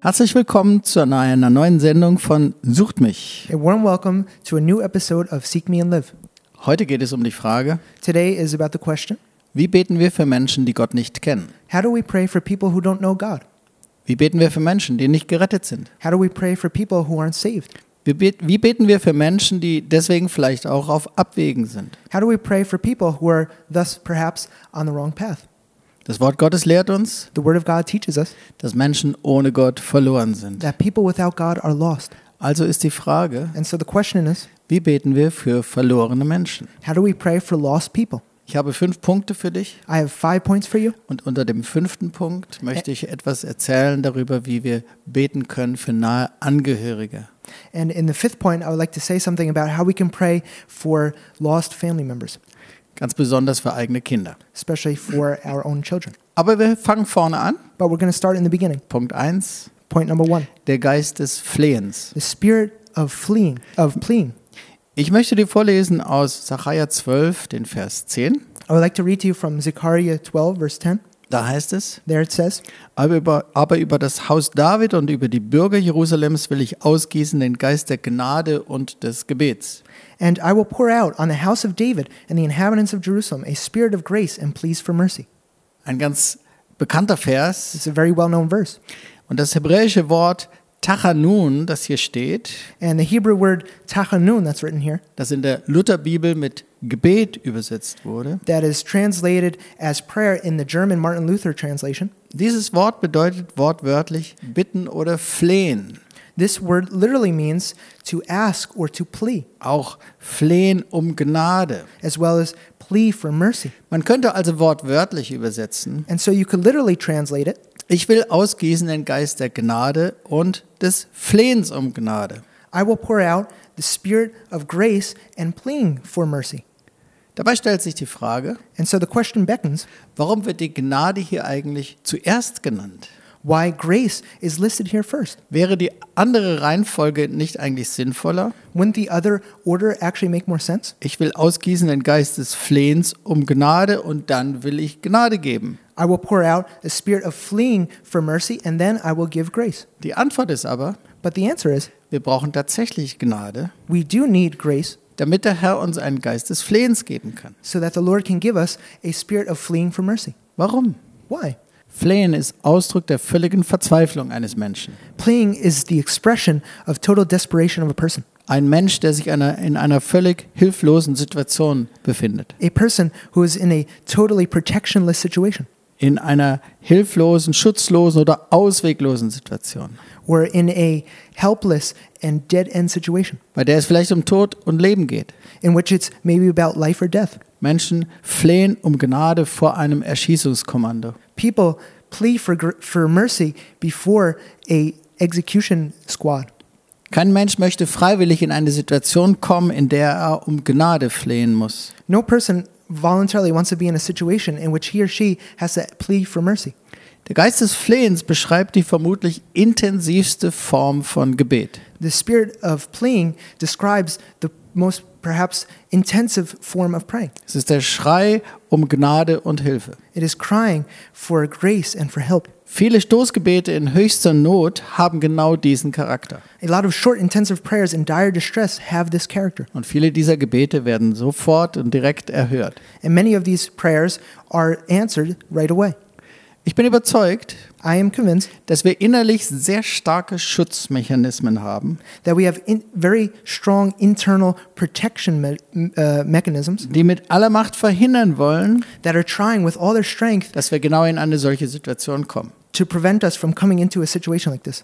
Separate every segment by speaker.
Speaker 1: Herzlich willkommen zu einer, einer neuen Sendung von Sucht mich.
Speaker 2: A warm welcome to a new episode of Seek Me and Live.
Speaker 1: Heute geht es um die Frage,
Speaker 2: Today is about the question
Speaker 1: wie beten wir für Menschen, die Gott nicht kennen?
Speaker 2: How do we pray for people who don't know God?
Speaker 1: Wie beten wir für Menschen, die nicht gerettet sind?
Speaker 2: How do we pray for people who aren't saved?
Speaker 1: Wie, bet wie beten wir für Menschen, die deswegen vielleicht auch auf Abwägen sind?
Speaker 2: How do we pray for people who are thus perhaps on the wrong path?
Speaker 1: Das Wort Gottes lehrt uns,
Speaker 2: The Word of God teaches us
Speaker 1: dass Menschen ohne Gott verloren sind.
Speaker 2: that people without God are lost.
Speaker 1: Also ist die Frage,
Speaker 2: And so the question is
Speaker 1: wie beten wir für verlorene Menschen?
Speaker 2: how do we pray for lost people?
Speaker 1: Ich habe fünf Punkte für dich
Speaker 2: I have five points for you.
Speaker 1: und unter dem fünften Punkt möchte ich etwas erzählen darüber, wie wir beten können für nahe Angehörige.
Speaker 2: And in the fifth point, I would like to say something about how we can pray for lost family members,
Speaker 1: Ganz besonders für eigene Kinder.
Speaker 2: especially for our own children.
Speaker 1: Aber wir fangen vorne an.
Speaker 2: But we're going to start in the beginning.
Speaker 1: Punkt 1,
Speaker 2: Point number one
Speaker 1: der Geist des Flehens.
Speaker 2: the spirit of fleeing, of pleading.
Speaker 1: Ich möchte dir vorlesen aus Sacharja 12, den Vers 10.
Speaker 2: I would like to read to you from Zechariah 12, verse 10.
Speaker 1: Da heißt es,
Speaker 2: There it says,
Speaker 1: aber über, aber über das Haus David und über die Bürger Jerusalems will ich ausgießen den Geist der Gnade und des Gebets.
Speaker 2: And I will pour out on the house of David and the inhabitants of Jerusalem a spirit of grace and pleas for mercy.
Speaker 1: Ein ganz bekannter Vers.
Speaker 2: It's a very well known verse.
Speaker 1: Und das hebräische Wort Tachanun, das hier steht,
Speaker 2: And the Hebrew word tachanun that's written here,
Speaker 1: das in der Lutherbibel mit Gebet übersetzt wurde,
Speaker 2: that is translated as prayer in the German Martin Luther translation,
Speaker 1: dieses Wort bedeutet wortwörtlich bitten oder flehen.
Speaker 2: this word literally means to ask or to plea,
Speaker 1: Auch flehen um Gnade.
Speaker 2: as well as plea for mercy.
Speaker 1: Man könnte also wortwörtlich übersetzen,
Speaker 2: And so you could literally translate it
Speaker 1: ich will ausgießen den Geist der Gnade und des Flehens um Gnade.
Speaker 2: I will pour out the spirit of grace and pleading for mercy.
Speaker 1: Dabei stellt sich die Frage,
Speaker 2: And so the question beckons
Speaker 1: warum wird die Gnade hier eigentlich zuerst genannt?
Speaker 2: why grace is listed here first.
Speaker 1: Wäre die andere Reihenfolge nicht eigentlich sinnvoller?
Speaker 2: Wouldn't the other order actually make more sense?
Speaker 1: Ich will ausgießen den Geist des Flehens um Gnade und dann will ich Gnade geben.
Speaker 2: I will pour out a spirit of fleeing for mercy, and then I will give grace.
Speaker 1: Die Antwort ist aber,
Speaker 2: But the answer is
Speaker 1: wir brauchen tatsächlich Gnade,
Speaker 2: we do need grace
Speaker 1: damit der Herr uns einen Geist des Flehens geben kann.
Speaker 2: so that the Lord can give us a spirit of fleeing for mercy.
Speaker 1: Warum?
Speaker 2: Why?
Speaker 1: Flehen ist Ausdruck der völligen Verzweiflung eines Menschen.
Speaker 2: Pleading is the expression of total desperation of a person,
Speaker 1: Ein Mensch, der sich einer, in einer völlig hilflosen Situation befindet.
Speaker 2: a person who is in a totally protectionless situation
Speaker 1: In einer hilflosen, schutzlosen oder ausweglosen Situation.
Speaker 2: or in a helpless and dead end situation
Speaker 1: Bei der es vielleicht um Tod und Leben geht.
Speaker 2: in which it's maybe about life or death.
Speaker 1: Menschen flehen um Gnade vor einem Erschießungskommando.
Speaker 2: people plea for, gr- for mercy before a execution squad.
Speaker 1: Kein Mensch möchte freiwillig in eine Situation kommen, in der er um Gnade flehen muss.
Speaker 2: No person voluntarily wants to be in a situation in which he or she has to plead for mercy.
Speaker 1: Der Geist des Flehens beschreibt die vermutlich intensivste Form von Gebet.
Speaker 2: The spirit of pleading describes the most perhaps intensive form of praying.
Speaker 1: Es ist der Schrei um Gnade und Hilfe.
Speaker 2: It is crying for grace and for help.
Speaker 1: Viele Stoßgebete in höchster Not haben genau diesen Charakter.
Speaker 2: A lot of short, intensive prayers in dire distress have this character.
Speaker 1: Und viele dieser Gebete werden sofort und direkt erhört.
Speaker 2: And many of these prayers are answered right away.
Speaker 1: Ich bin überzeugt,
Speaker 2: I am convinced
Speaker 1: dass wir innerlich sehr starke Schutzmechanismen haben,
Speaker 2: that we have in, very strong internal protection me- m- uh, mechanisms
Speaker 1: die mit aller Macht verhindern wollen,
Speaker 2: that are trying with all their strength
Speaker 1: dass wir genau in eine solche Situation kommen.
Speaker 2: to prevent us from coming into a situation like this.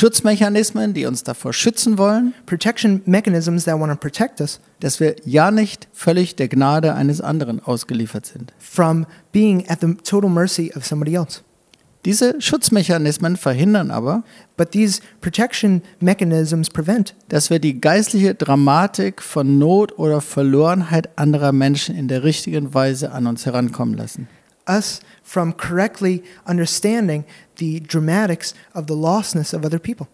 Speaker 1: Schutzmechanismen, die uns davor schützen wollen,
Speaker 2: Protection mechanisms that want to protect us
Speaker 1: dass wir ja nicht völlig der Gnade eines anderen ausgeliefert sind.
Speaker 2: from being at the total mercy of somebody else.
Speaker 1: Diese Schutzmechanismen verhindern aber,
Speaker 2: But these protection mechanisms prevent
Speaker 1: dass wir die geistliche Dramatik von Not oder Verlorenheit anderer Menschen in der richtigen Weise an uns herankommen lassen.
Speaker 2: us from correctly understanding the dramatics of the lostness of other people.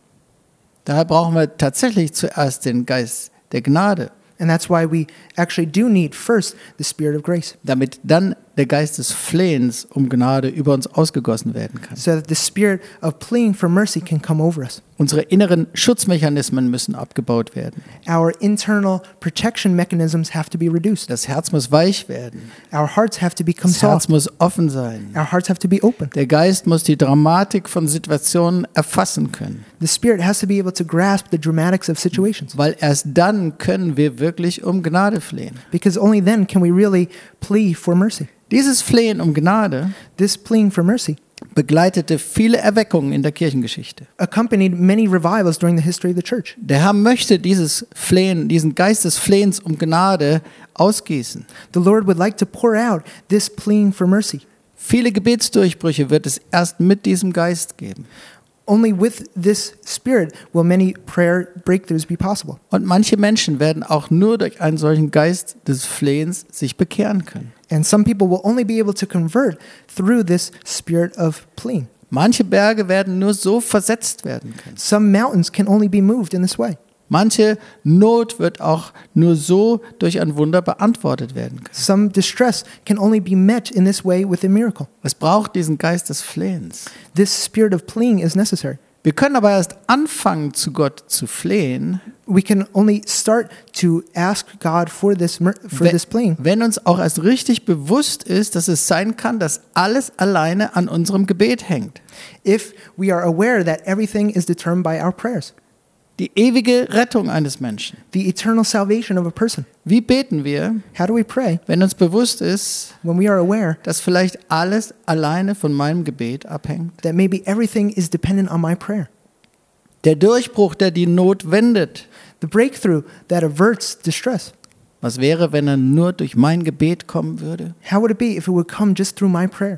Speaker 1: Daher brauchen wir tatsächlich zuerst den Geist der Gnade,
Speaker 2: And that's why we actually do need first the spirit of grace,
Speaker 1: damit dann der Geist des Flehens um Gnade über uns ausgegossen werden kann.
Speaker 2: so that the spirit of pleading for mercy can come over us.
Speaker 1: Unsere inneren Schutzmechanismen müssen abgebaut werden.
Speaker 2: Our internal protection mechanisms have to be reduced.
Speaker 1: Das Herz muss weich werden.
Speaker 2: Our hearts have to become
Speaker 1: Das Herz
Speaker 2: soft.
Speaker 1: muss offen sein.
Speaker 2: Our hearts have to be open.
Speaker 1: Der Geist muss die Dramatik von Situationen erfassen können,
Speaker 2: The spirit has to be able to grasp the dramatics of situations
Speaker 1: weil erst dann können wir wirklich um Gnade flehen.
Speaker 2: because only then can we really plea for mercy.
Speaker 1: Dieses Flehen um Gnade
Speaker 2: This pleading for mercy
Speaker 1: begleitete viele Erweckungen in der Kirchengeschichte.
Speaker 2: accompanied many revivals during the history of the church.
Speaker 1: Der Herr möchte dieses Flehen, diesen Geist des Flehens um Gnade ausgießen.
Speaker 2: The Lord would like to pour out this pleading for mercy.
Speaker 1: Viele Gebetsdurchbrüche wird es erst mit diesem Geist geben.
Speaker 2: Only with this spirit will many prayer breakthroughs be possible.
Speaker 1: Und manche Menschen werden auch nur durch einen solchen Geist des Flehens sich bekehren können.
Speaker 2: And some people will only be able to convert through this spirit of pleading.
Speaker 1: Manche Berge werden nur so versetzt werden können.
Speaker 2: Some mountains can only be moved in this way.
Speaker 1: Manche Not wird auch nur so durch ein Wunder beantwortet werden können.
Speaker 2: Some distress can only be met in this way with a miracle.
Speaker 1: Es braucht diesen Geist des Flehens.
Speaker 2: This spirit of pleading is necessary.
Speaker 1: Wir können aber erst anfangen, zu Gott zu flehen,
Speaker 2: We can only start to ask God for this mer- for
Speaker 1: wenn,
Speaker 2: this pleading
Speaker 1: wenn uns auch erst richtig bewusst ist, dass es sein kann, dass alles alleine an unserem Gebet hängt.
Speaker 2: if we are aware that everything is determined by our prayers.
Speaker 1: Die ewige Rettung eines Menschen.
Speaker 2: The eternal salvation of a person.
Speaker 1: Wie beten wir,
Speaker 2: How do we pray
Speaker 1: wenn uns bewusst ist,
Speaker 2: when we are aware
Speaker 1: dass vielleicht alles alleine von meinem Gebet abhängt?
Speaker 2: that maybe everything is dependent on my prayer?
Speaker 1: Der Durchbruch, der die Not wendet.
Speaker 2: The breakthrough that averts distress.
Speaker 1: Was wäre, wenn er nur durch mein Gebet kommen würde?
Speaker 2: How would it be if it would come just through my prayer?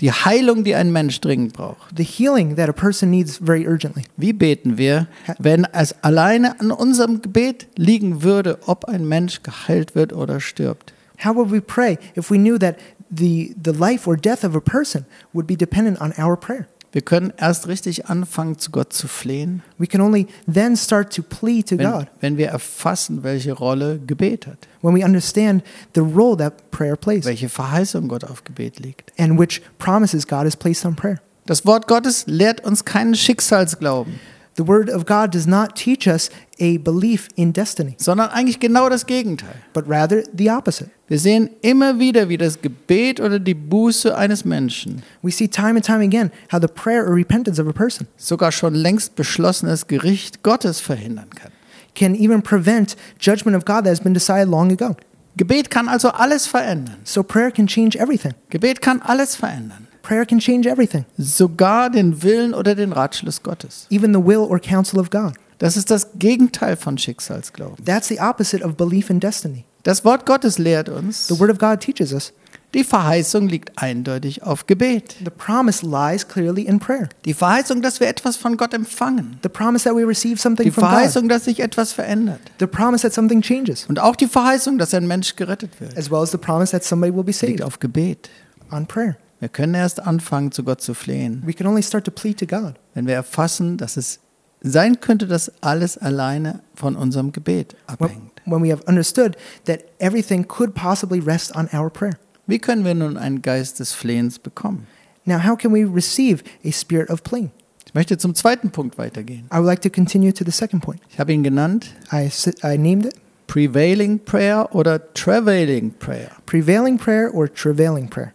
Speaker 1: Die Heilung, die ein Mensch dringend braucht.
Speaker 2: The healing that a person needs very urgently.
Speaker 1: Wie beten wir, wenn es alleine an unserem Gebet liegen würde, ob ein Mensch geheilt wird oder stirbt?
Speaker 2: How would we pray if we knew that the, the life or death of a person would be dependent on our prayer?
Speaker 1: Wir können erst richtig anfangen, zu Gott zu flehen,
Speaker 2: We can only then start to plead to
Speaker 1: wenn,
Speaker 2: God
Speaker 1: wenn wir erfassen, welche Rolle Gebet hat,
Speaker 2: when we understand the role that prayer plays
Speaker 1: welche Verheißung Gott auf Gebet legt.
Speaker 2: and which promises God has placed on prayer.
Speaker 1: Das Wort Gottes lehrt uns keinen Schicksalsglauben,
Speaker 2: The Word of God does not teach us a belief in destiny,
Speaker 1: sondern eigentlich genau das Gegenteil.
Speaker 2: but rather the opposite.
Speaker 1: Wir sehen immer wieder, wie das Gebet oder die Buße eines Menschen
Speaker 2: We see time and time again how the prayer or repentance of a person
Speaker 1: sogar schon längst beschlossenes Gericht Gottes verhindern kann.
Speaker 2: can even prevent judgment of God that has been decided long ago.
Speaker 1: Gebet kann also alles verändern.
Speaker 2: So prayer can change everything.
Speaker 1: Gebet kann alles verändern.
Speaker 2: Prayer can change everything,
Speaker 1: Sogar den Willen oder den Ratschluss Gottes.
Speaker 2: even the will or counsel of God.
Speaker 1: Das ist das Gegenteil von Schicksalsglauben.
Speaker 2: That's the opposite of belief in destiny.
Speaker 1: Das Wort Gottes lehrt uns,
Speaker 2: The Word of God teaches us
Speaker 1: die Verheißung liegt eindeutig auf Gebet.
Speaker 2: the promise lies clearly in prayer.
Speaker 1: Die Verheißung, dass wir etwas von Gott empfangen.
Speaker 2: The promise that we receive something
Speaker 1: Die
Speaker 2: from God.
Speaker 1: Verheißung, dass sich etwas verändert.
Speaker 2: The promise that something changes,
Speaker 1: Und auch die Verheißung, dass ein Mensch gerettet wird,
Speaker 2: as well as the promise that somebody will be saved
Speaker 1: liegt auf Gebet.
Speaker 2: on prayer.
Speaker 1: Wir können erst anfangen, zu Gott zu flehen,
Speaker 2: We can only start to plead to God
Speaker 1: wenn wir erfassen, dass es sein könnte, dass alles alleine von unserem Gebet
Speaker 2: when,
Speaker 1: abhängt.
Speaker 2: when we have understood that everything could possibly rest on our prayer.
Speaker 1: Wie können wir nun einen Geist des Flehens bekommen?
Speaker 2: Now, how can we receive a spirit of pleading?
Speaker 1: Ich möchte zum zweiten Punkt weitergehen.
Speaker 2: I would like to continue to the second point.
Speaker 1: Ich habe ihn genannt
Speaker 2: I, s- I named it
Speaker 1: Prevailing Prayer oder Travailing Prayer.
Speaker 2: prevailing prayer or travailing prayer.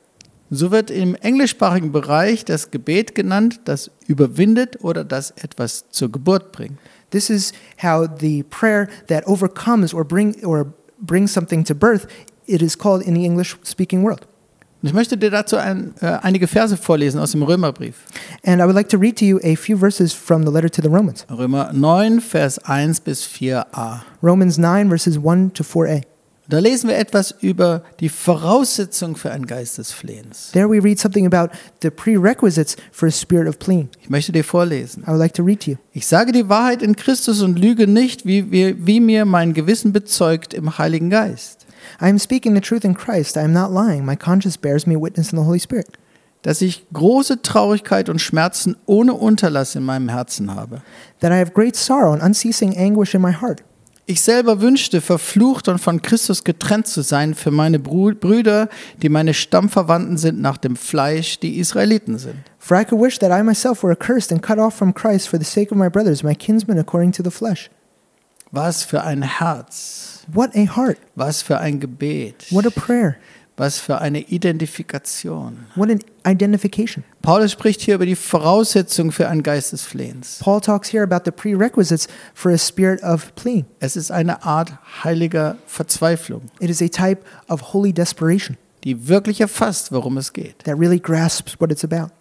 Speaker 1: So wird im englischsprachigen Bereich das Gebet genannt, das überwindet oder das etwas zur Geburt bringt.
Speaker 2: This is how the prayer that overcomes or bring or brings something to birth, it is called in the English speaking world.
Speaker 1: Und ich möchte dir dazu ein, äh, einige Verse vorlesen aus dem Römerbrief.
Speaker 2: And I would like to read to you a few verses from the letter to the Romans.
Speaker 1: Römer 9, Vers 1 bis 4a.
Speaker 2: Romans 9 verses 1 to 4a.
Speaker 1: Da lesen wir etwas über die Voraussetzung für einen Geist des Flehens.
Speaker 2: There we read something about the prerequisites for a spirit of pleading.
Speaker 1: Ich möchte dir vorlesen.
Speaker 2: I would like to read to you.
Speaker 1: Ich sage die Wahrheit in Christus und lüge nicht, wie, wie, wie mir mein Gewissen bezeugt im Heiligen Geist,
Speaker 2: I am speaking the truth in Christ. I am not lying. My conscience bears me witness in the Holy Spirit.
Speaker 1: dass ich große Traurigkeit und Schmerzen ohne Unterlass in meinem Herzen habe.
Speaker 2: That I have great sorrow and unceasing anguish in my heart.
Speaker 1: Ich selber wünschte, verflucht und von Christus getrennt zu sein für meine Brü- Brüder, die meine Stammverwandten sind nach dem Fleisch, die Israeliten sind.
Speaker 2: For I could wish that I myself were accursed and cut off from Christ for the sake of my brothers, my kinsmen according to the flesh.
Speaker 1: Was für ein Herz,
Speaker 2: What a heart!
Speaker 1: was für ein Gebet,
Speaker 2: What a prayer!
Speaker 1: was für eine Identifikation.
Speaker 2: What an identification!
Speaker 1: Paulus spricht hier über die Voraussetzung für ein Geistesflehens.
Speaker 2: Paul talks here about the prerequisites for a spirit of pleading.
Speaker 1: Es ist eine Art heiliger Verzweiflung,
Speaker 2: It is a type of holy desperation
Speaker 1: die wirklich erfasst, worum es geht.
Speaker 2: that really grasps what it's about.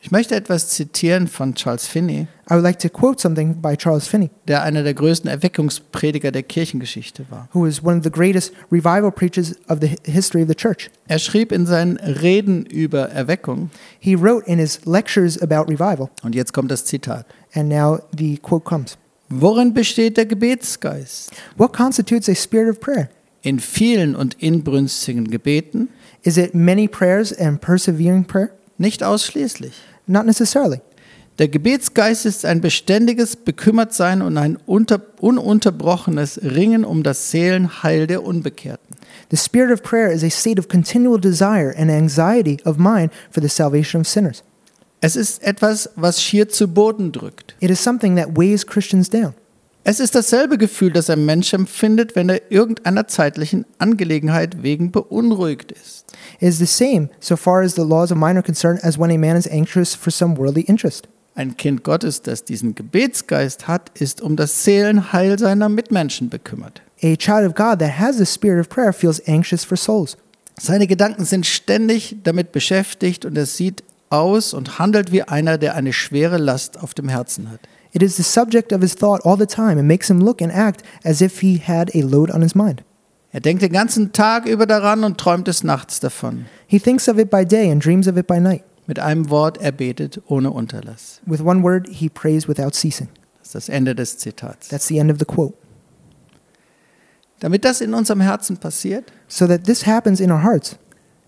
Speaker 1: Ich möchte etwas zitieren von Charles Finney,
Speaker 2: I would like to quote something by Charles Finney,
Speaker 1: der einer der größten Erweckungsprediger der Kirchengeschichte war.
Speaker 2: who is one of the greatest revival preachers of the hi- history of the church.
Speaker 1: Er schrieb in seinen Reden über Erweckung,
Speaker 2: He wrote in his lectures about revival,
Speaker 1: und jetzt kommt das Zitat,
Speaker 2: and now the quote comes
Speaker 1: worin besteht der Gebetsgeist?
Speaker 2: What constitutes a spirit of prayer?
Speaker 1: In vielen und inbrünstigen Gebeten?
Speaker 2: Is it many prayers and persevering prayer?
Speaker 1: Nicht ausschließlich.
Speaker 2: Not necessarily.
Speaker 1: Der Gebetsgeist ist ein beständiges Bekümmertsein und ein unter, ununterbrochenes Ringen um das Seelenheil der Unbekehrten.
Speaker 2: The spirit of prayer is a state of continual desire and anxiety of mind for the salvation of sinners.
Speaker 1: Es ist etwas, was schier zu Boden drückt.
Speaker 2: It is something that weighs Christians down.
Speaker 1: Es ist dasselbe Gefühl, das ein Mensch empfindet, wenn er irgendeiner zeitlichen Angelegenheit wegen beunruhigt ist.
Speaker 2: It is the same, so far as the laws of mind are concerned, as when a man is anxious for some worldly interest.
Speaker 1: Ein Kind Gottes, das diesen Gebetsgeist hat, ist um das Seelenheil seiner Mitmenschen bekümmert.
Speaker 2: A child of God that has the spirit of prayer feels anxious for souls.
Speaker 1: Seine Gedanken sind ständig damit beschäftigt und er sieht aus und handelt wie einer, der eine schwere Last auf dem Herzen hat.
Speaker 2: It is the subject of his thought all the time and makes him look and act as if he had a load on his mind.
Speaker 1: Er denkt den ganzen Tag über daran und träumt des Nachts davon.
Speaker 2: He thinks of it by day and dreams of it by night.
Speaker 1: Mit einem Wort, er betet ohne Unterlass.
Speaker 2: With one word, he prays without ceasing.
Speaker 1: Das ist das Ende des Zitats.
Speaker 2: That's the end of the quote.
Speaker 1: Damit das in unserem Herzen passiert,
Speaker 2: So that this happens in our hearts,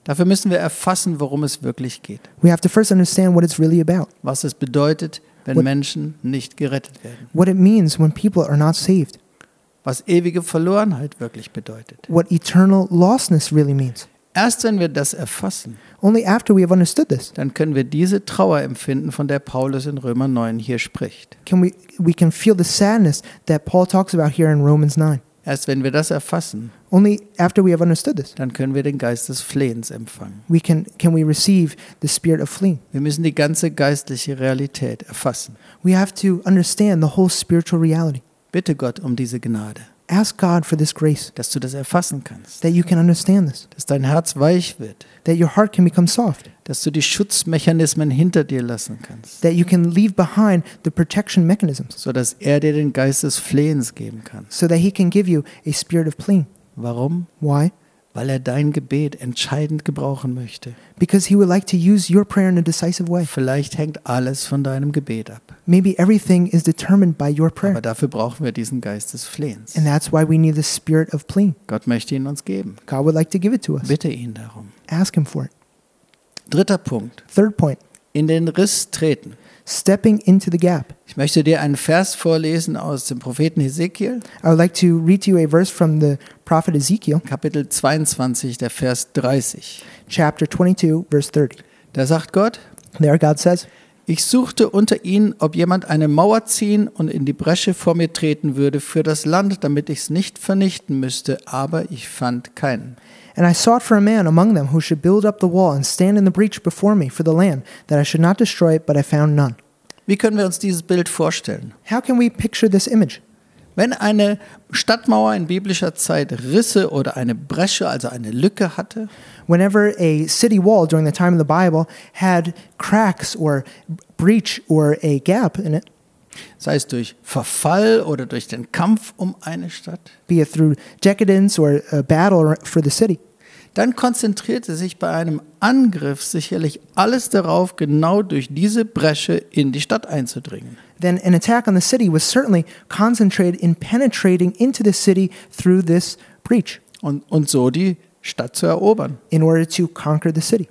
Speaker 1: dafür müssen wir erfassen, worum es wirklich geht.
Speaker 2: we have to first understand what it's really about,
Speaker 1: Was es bedeutet, wenn
Speaker 2: What-
Speaker 1: Menschen nicht gerettet werden.
Speaker 2: what it means when people are not saved,
Speaker 1: Was ewige Verlorenheit wirklich bedeutet.
Speaker 2: what eternal lostness really means.
Speaker 1: Erst wenn wir das erfassen,
Speaker 2: Only after we have understood this
Speaker 1: dann können wir diese Trauer empfinden, von der Paulus in Römer 9 hier spricht.
Speaker 2: can we, we can feel the sadness that Paul talks about here in Romans 9.
Speaker 1: Erst wenn wir das erfassen,
Speaker 2: Only after we have understood this
Speaker 1: dann können wir den Geist des Flehens empfangen.
Speaker 2: we can, can we receive the spirit of fleeing.
Speaker 1: Wir müssen die ganze geistliche Realität erfassen.
Speaker 2: We have to understand the whole spiritual reality.
Speaker 1: Bitte Gott um diese Gnade,
Speaker 2: Ask God for this grace,
Speaker 1: dass du das erfassen kannst,
Speaker 2: that you can understand this,
Speaker 1: dass dein Herz weich wird,
Speaker 2: that your heart can become soft,
Speaker 1: dass du die Schutzmechanismen hinter dir lassen kannst,
Speaker 2: that you can leave behind the protection mechanisms
Speaker 1: sodass er dir den Geist des Flehens geben kann.
Speaker 2: so that He can give you a spirit of pleading.
Speaker 1: Warum?
Speaker 2: Why?
Speaker 1: Weil er dein Gebet entscheidend gebrauchen möchte.
Speaker 2: Because He would like to use your prayer in a decisive way.
Speaker 1: Vielleicht hängt alles von deinem Gebet ab.
Speaker 2: Maybe everything is determined by your
Speaker 1: Aber
Speaker 2: prayer,
Speaker 1: dafür brauchen wir diesen Geist des Flehens.
Speaker 2: and that's why we need the spirit of pleading.
Speaker 1: Gott möchte ihn uns geben.
Speaker 2: God would like to give it to us.
Speaker 1: Bitte ihn darum.
Speaker 2: Ask Him for it.
Speaker 1: Dritter Punkt.
Speaker 2: Third point
Speaker 1: In den Riss treten.
Speaker 2: stepping into the gap.
Speaker 1: Ich möchte dir einen Vers vorlesen aus dem Propheten Hesekiel,
Speaker 2: I would like to read to you a verse from the prophet Ezekiel,
Speaker 1: Kapitel 22, der Vers 30.
Speaker 2: chapter 22, verse 30.
Speaker 1: Da sagt Gott,
Speaker 2: There, God says,
Speaker 1: ich suchte unter ihnen, ob jemand eine Mauer ziehen und in die Bresche vor mir treten würde für das Land, damit ich es nicht vernichten müsste, aber ich fand keinen.
Speaker 2: And I sought for a man among them who should build up the wall and stand in the breach before me for the land, that I should not destroy it, but I found none.
Speaker 1: Wie können wir uns dieses Bild vorstellen?
Speaker 2: How can we picture this image?
Speaker 1: Wenn eine Stadtmauer in biblischer Zeit Risse oder eine Bresche, also eine Lücke hatte,
Speaker 2: Whenever a city wall during the time of the Bible had cracks or breach or a gap in it,
Speaker 1: sei es durch Verfall oder durch den Kampf um eine Stadt,
Speaker 2: be it through decadence or a battle for the city,
Speaker 1: dann konzentrierte sich bei einem Angriff sicherlich alles darauf, genau durch diese Bresche in die Stadt einzudringen.
Speaker 2: then an attack on the city was certainly concentrated in penetrating into the city through this breach
Speaker 1: und, und so die Stadt zu erobern.
Speaker 2: in order to conquer the city.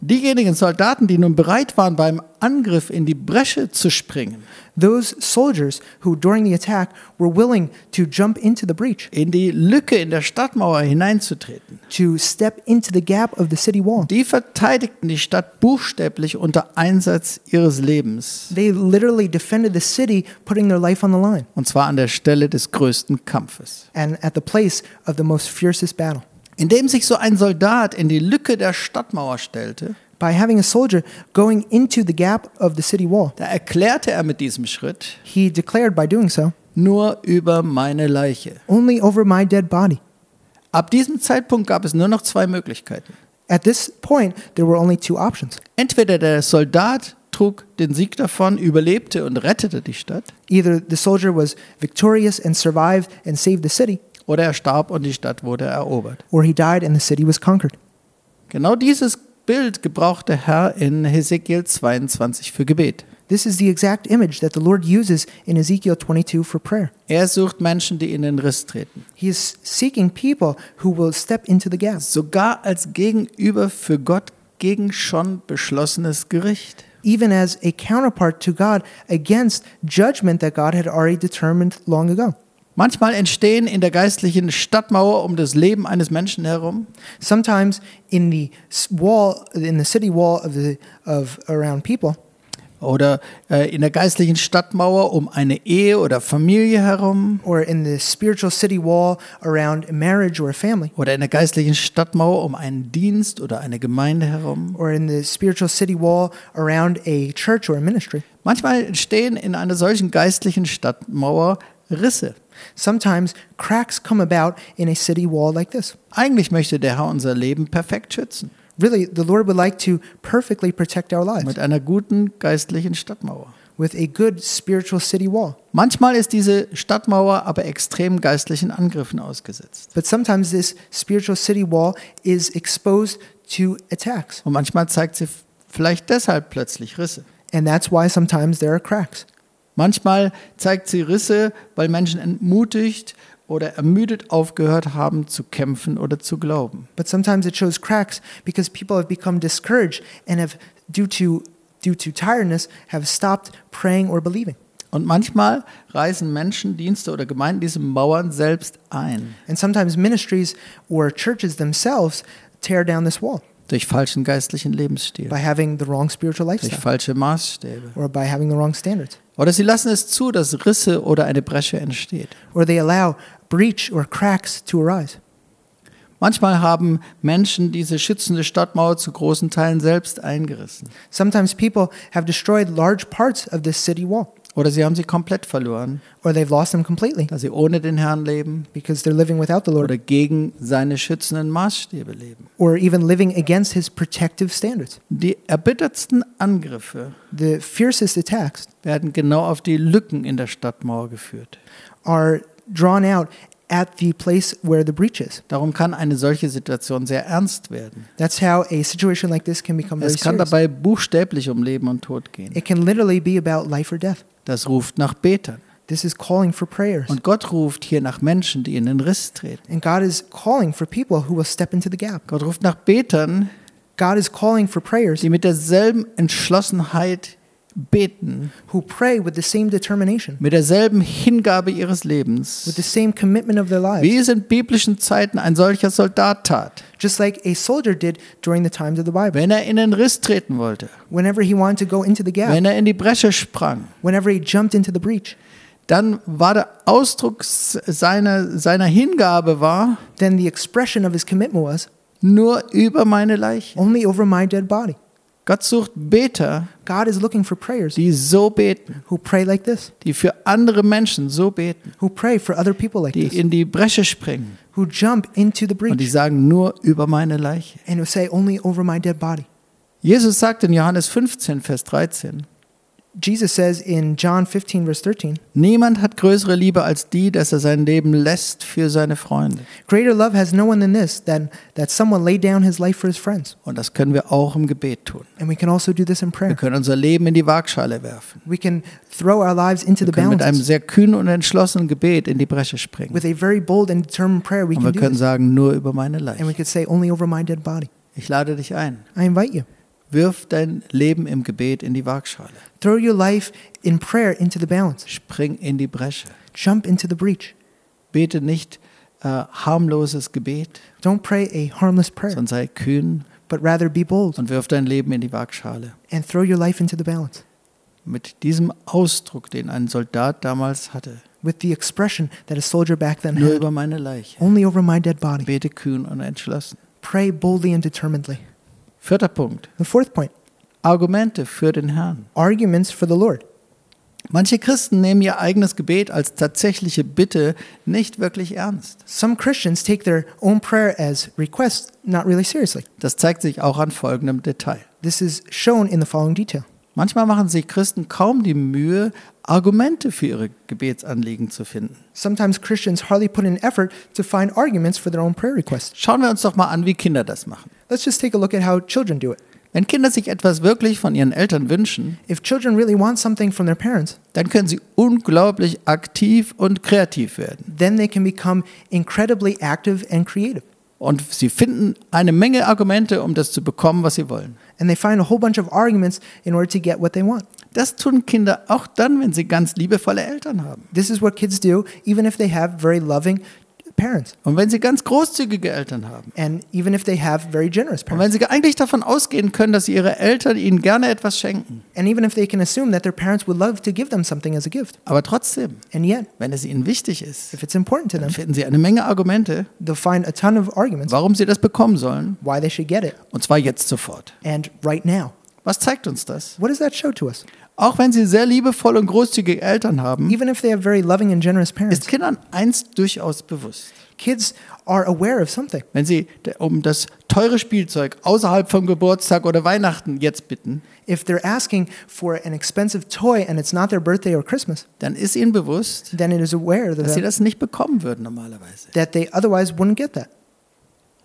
Speaker 1: Diejenigen Soldaten, die nun bereit waren, beim Angriff in die Bresche zu springen,
Speaker 2: Those soldiers who, during the attack, were willing to jump into the breach,
Speaker 1: in die Lücke in der Stadtmauer hineinzutreten,
Speaker 2: to step into the gap of the city wall,
Speaker 1: die verteidigten die Stadt buchstäblich unter Einsatz ihres Lebens.
Speaker 2: they literally defended the city, putting their life on the line
Speaker 1: Und zwar an der Stelle des größten Kampfes.
Speaker 2: and at the place of the most fiercest battle.
Speaker 1: Indem sich so ein Soldat in die Lücke der Stadtmauer stellte,
Speaker 2: By having a soldier going into the gap of the city wall,
Speaker 1: da erklärte er mit diesem Schritt
Speaker 2: he declared by doing so,
Speaker 1: nur über meine Leiche.
Speaker 2: Only over my dead body.
Speaker 1: Ab diesem Zeitpunkt gab es nur noch zwei Möglichkeiten.
Speaker 2: At this point, there were only two options.
Speaker 1: Entweder der Soldat trug den Sieg davon, überlebte und rettete die Stadt,
Speaker 2: Either the soldier was victorious and survived and saved the city,
Speaker 1: oder er starb und die Stadt wurde erobert.
Speaker 2: or he died and the city was conquered.
Speaker 1: Genau dieses Bild gebraucht der Herr in Hesekiel 22 für Gebet.
Speaker 2: This is the exact image that the Lord uses in Ezekiel 22 for prayer.
Speaker 1: Er sucht Menschen, die in den Riss treten.
Speaker 2: He is seeking people who will step into the gap,
Speaker 1: Sogar als Gegenüber für Gott gegen schon beschlossenes Gericht.
Speaker 2: even as a counterpart to God against judgment that God had already determined long ago.
Speaker 1: Manchmal entstehen in der geistlichen Stadtmauer um das Leben eines Menschen herum
Speaker 2: Sometimes in the s- wall, in the city wall of the of around people,
Speaker 1: oder äh, in der geistlichen Stadtmauer um eine Ehe oder Familie herum
Speaker 2: or in the spiritual city wall around a marriage or a family,
Speaker 1: oder in der geistlichen Stadtmauer um einen Dienst oder eine Gemeinde herum.
Speaker 2: or in the spiritual city wall around a church or a ministry.
Speaker 1: Manchmal entstehen in einer solchen geistlichen Stadtmauer Risse.
Speaker 2: Sometimes cracks come about in a city wall like this.
Speaker 1: Eigentlich möchte der Herr unser Leben perfekt schützen
Speaker 2: Really, the Lord would like to perfectly protect our lives
Speaker 1: mit einer guten geistlichen Stadtmauer.
Speaker 2: with a good spiritual city wall.
Speaker 1: Manchmal ist diese Stadtmauer aber extrem geistlichen Angriffen ausgesetzt.
Speaker 2: But sometimes this spiritual city wall is exposed to attacks,
Speaker 1: Und manchmal zeigt sie f- vielleicht deshalb plötzlich Risse.
Speaker 2: and that's why sometimes there are cracks.
Speaker 1: Manchmal zeigt sie Risse, weil Menschen entmutigt oder ermüdet aufgehört haben zu kämpfen oder zu glauben.
Speaker 2: But sometimes it shows cracks because people have become discouraged and have due to due to tiredness have stopped praying or believing.
Speaker 1: Und manchmal reißen Menschen, Dienste oder Gemeinden diese Mauern selbst ein
Speaker 2: And sometimes ministries or churches themselves tear down this wall
Speaker 1: durch falschen geistlichen Lebensstil,
Speaker 2: by having the wrong spiritual
Speaker 1: durch
Speaker 2: lifestyle
Speaker 1: falsche Maßstäbe.
Speaker 2: or by having the wrong standards.
Speaker 1: Oder sie lassen es zu, dass Risse oder eine Bresche entsteht.
Speaker 2: Or they allow breach or cracks to arise.
Speaker 1: Manchmal haben Menschen diese schützende Stadtmauer zu großen Teilen selbst eingerissen.
Speaker 2: Sometimes people have destroyed large parts of this city wall,
Speaker 1: Oder sie haben sie komplett verloren,
Speaker 2: or they've lost them completely
Speaker 1: da sie ohne den Herrn leben
Speaker 2: because they're living without the Lord,
Speaker 1: oder gegen seine schützenden Maßstäbe leben.
Speaker 2: or even living against his protective standards.
Speaker 1: Die erbittertsten Angriffe
Speaker 2: The fiercest attacks
Speaker 1: werden genau auf die Lücken in der Stadtmauer geführt.
Speaker 2: are drawn out at the place where the breach is.
Speaker 1: Darum kann eine solche Situation sehr ernst werden.
Speaker 2: That's how a situation like this can become very
Speaker 1: Es kann
Speaker 2: serious.
Speaker 1: dabei buchstäblich um Leben und Tod gehen.
Speaker 2: It can literally be about life or death.
Speaker 1: Das ruft nach Betern.
Speaker 2: This is calling for prayers.
Speaker 1: Und Gott ruft hier nach Menschen, die in den Riss treten.
Speaker 2: And God is calling for people who will step into the gap.
Speaker 1: Gott ruft nach Betern,
Speaker 2: God is calling for prayers
Speaker 1: die mit derselben Entschlossenheit beten,
Speaker 2: who pray with the same determination,
Speaker 1: mit derselben Hingabe ihres
Speaker 2: with the
Speaker 1: Lebens,
Speaker 2: same commitment of their lives,
Speaker 1: wie es in biblischen Zeiten ein solcher Soldat tat,
Speaker 2: just like a soldier did during the times of the Bible.
Speaker 1: wenn er in den Riss treten wollte,
Speaker 2: Whenever he wanted to go into the gap,
Speaker 1: wenn er in die Bresche sprang.
Speaker 2: whenever he jumped into the breach,
Speaker 1: Dann war der Ausdruck s- seiner, seiner Hingabe war,
Speaker 2: then the expression of his commitment was
Speaker 1: nur über meine Leiche.
Speaker 2: only over my dead body.
Speaker 1: Gott sucht Beter,
Speaker 2: God is looking for prayers
Speaker 1: die so beten,
Speaker 2: who pray like this,
Speaker 1: die für andere Menschen so beten,
Speaker 2: who pray for other people like
Speaker 1: die
Speaker 2: this,
Speaker 1: in die Bresche springen
Speaker 2: who jump into
Speaker 1: und
Speaker 2: the
Speaker 1: die
Speaker 2: breach
Speaker 1: sagen nur über meine Leiche.
Speaker 2: and who say only over my dead body.
Speaker 1: Jesus sagt in Johannes 15, Vers 13,
Speaker 2: Jesus says in John 15, verse 13,
Speaker 1: Niemand hat größere Liebe als die, dass er sein Leben lässt für seine Freunde.
Speaker 2: Greater love has no one than this, than that someone laid down his life for his friends.
Speaker 1: Und das können wir auch im Gebet tun.
Speaker 2: And we can also do this in
Speaker 1: Wir
Speaker 2: prayer.
Speaker 1: können unser Leben in die Waagschale werfen.
Speaker 2: We can throw our lives into the
Speaker 1: Wir können mit einem
Speaker 2: balance.
Speaker 1: sehr kühnen und entschlossenen Gebet in die Bresche springen.
Speaker 2: With a very bold and determined prayer, we
Speaker 1: Und
Speaker 2: can
Speaker 1: wir
Speaker 2: do
Speaker 1: können
Speaker 2: this.
Speaker 1: sagen, nur über meine
Speaker 2: And we
Speaker 1: Leiche.
Speaker 2: could say, only over my dead body.
Speaker 1: Ich lade dich ein.
Speaker 2: I invite you.
Speaker 1: Wirf dein Leben im Gebet in die Waagschale.
Speaker 2: Throw your life in prayer into the balance.
Speaker 1: Spring in die Bresche.
Speaker 2: Jump into the breach.
Speaker 1: Bete nicht äh, harmloses Gebet,
Speaker 2: Don't pray a harmless prayer,
Speaker 1: sondern sei kühn
Speaker 2: but rather be bold
Speaker 1: und wirf dein Leben in die Waagschale.
Speaker 2: and throw your life into the balance.
Speaker 1: Mit diesem Ausdruck, den ein Soldat damals hatte,
Speaker 2: With the expression that a soldier back then
Speaker 1: nur
Speaker 2: had,
Speaker 1: über meine Leiche.
Speaker 2: only over my dead body.
Speaker 1: Bete kühn und entschlossen.
Speaker 2: Pray boldly and determinedly.
Speaker 1: Vierter Punkt.
Speaker 2: The fourth point
Speaker 1: Argumente für den Herrn.
Speaker 2: arguments for the Lord.
Speaker 1: Manche Christen nehmen ihr eigenes Gebet als tatsächliche Bitte nicht wirklich ernst.
Speaker 2: Some Christians take their own prayer as requests not really seriously.
Speaker 1: Das zeigt sich auch an folgendem Detail.
Speaker 2: This is shown in the following detail.
Speaker 1: Manchmal machen sich Christen kaum die Mühe, Argumente für ihre Gebetsanliegen zu finden.
Speaker 2: Sometimes Christians hardly put in effort to find arguments for their own prayer requests.
Speaker 1: Schauen wir uns doch mal an, wie Kinder das machen.
Speaker 2: Let's just take a look at how children do it.
Speaker 1: Wenn Kinder sich etwas wirklich von ihren Eltern wünschen,
Speaker 2: If children really want something from their parents,
Speaker 1: dann können sie unglaublich aktiv und kreativ werden.
Speaker 2: then they can become incredibly active and creative.
Speaker 1: Und sie finden eine Menge Argumente, um das zu bekommen, was sie wollen.
Speaker 2: And they find a whole bunch of arguments in order to get what they want.
Speaker 1: Das tun Kinder auch dann, wenn sie ganz liebevolle Eltern haben.
Speaker 2: This is what kids do, even if they have very loving parents,
Speaker 1: Und wenn sie ganz großzügige Eltern haben.
Speaker 2: and even if they have very generous
Speaker 1: Und
Speaker 2: parents,
Speaker 1: wenn sie eigentlich davon ausgehen können, dass ihre Eltern ihnen gerne etwas schenken.
Speaker 2: and even if they can assume that their parents would love to give them something as a gift.
Speaker 1: Aber trotzdem,
Speaker 2: And yet,
Speaker 1: wenn es ihnen wichtig ist,
Speaker 2: if it's important to
Speaker 1: dann
Speaker 2: them,
Speaker 1: finden sie eine Menge Argumente,
Speaker 2: they'll find a ton of arguments
Speaker 1: warum sie das bekommen sollen.
Speaker 2: why they should get it,
Speaker 1: Und zwar jetzt sofort.
Speaker 2: and right now.
Speaker 1: Was zeigt uns das?
Speaker 2: What does that show to us?
Speaker 1: Auch wenn sie sehr liebevolle und großzügige Eltern haben,
Speaker 2: Even if they have very loving and generous
Speaker 1: ist
Speaker 2: parents,
Speaker 1: Kindern eins durchaus bewusst.
Speaker 2: kids are aware of something.
Speaker 1: Wenn sie d- um das teure Spielzeug außerhalb vom Geburtstag oder Weihnachten jetzt bitten,
Speaker 2: If they're asking for an expensive toy and it's not their birthday or Christmas,
Speaker 1: dann ist ihnen bewusst,
Speaker 2: then it is aware
Speaker 1: dass sie
Speaker 2: that,
Speaker 1: das nicht bekommen würden normalerweise.
Speaker 2: that they otherwise wouldn't get that.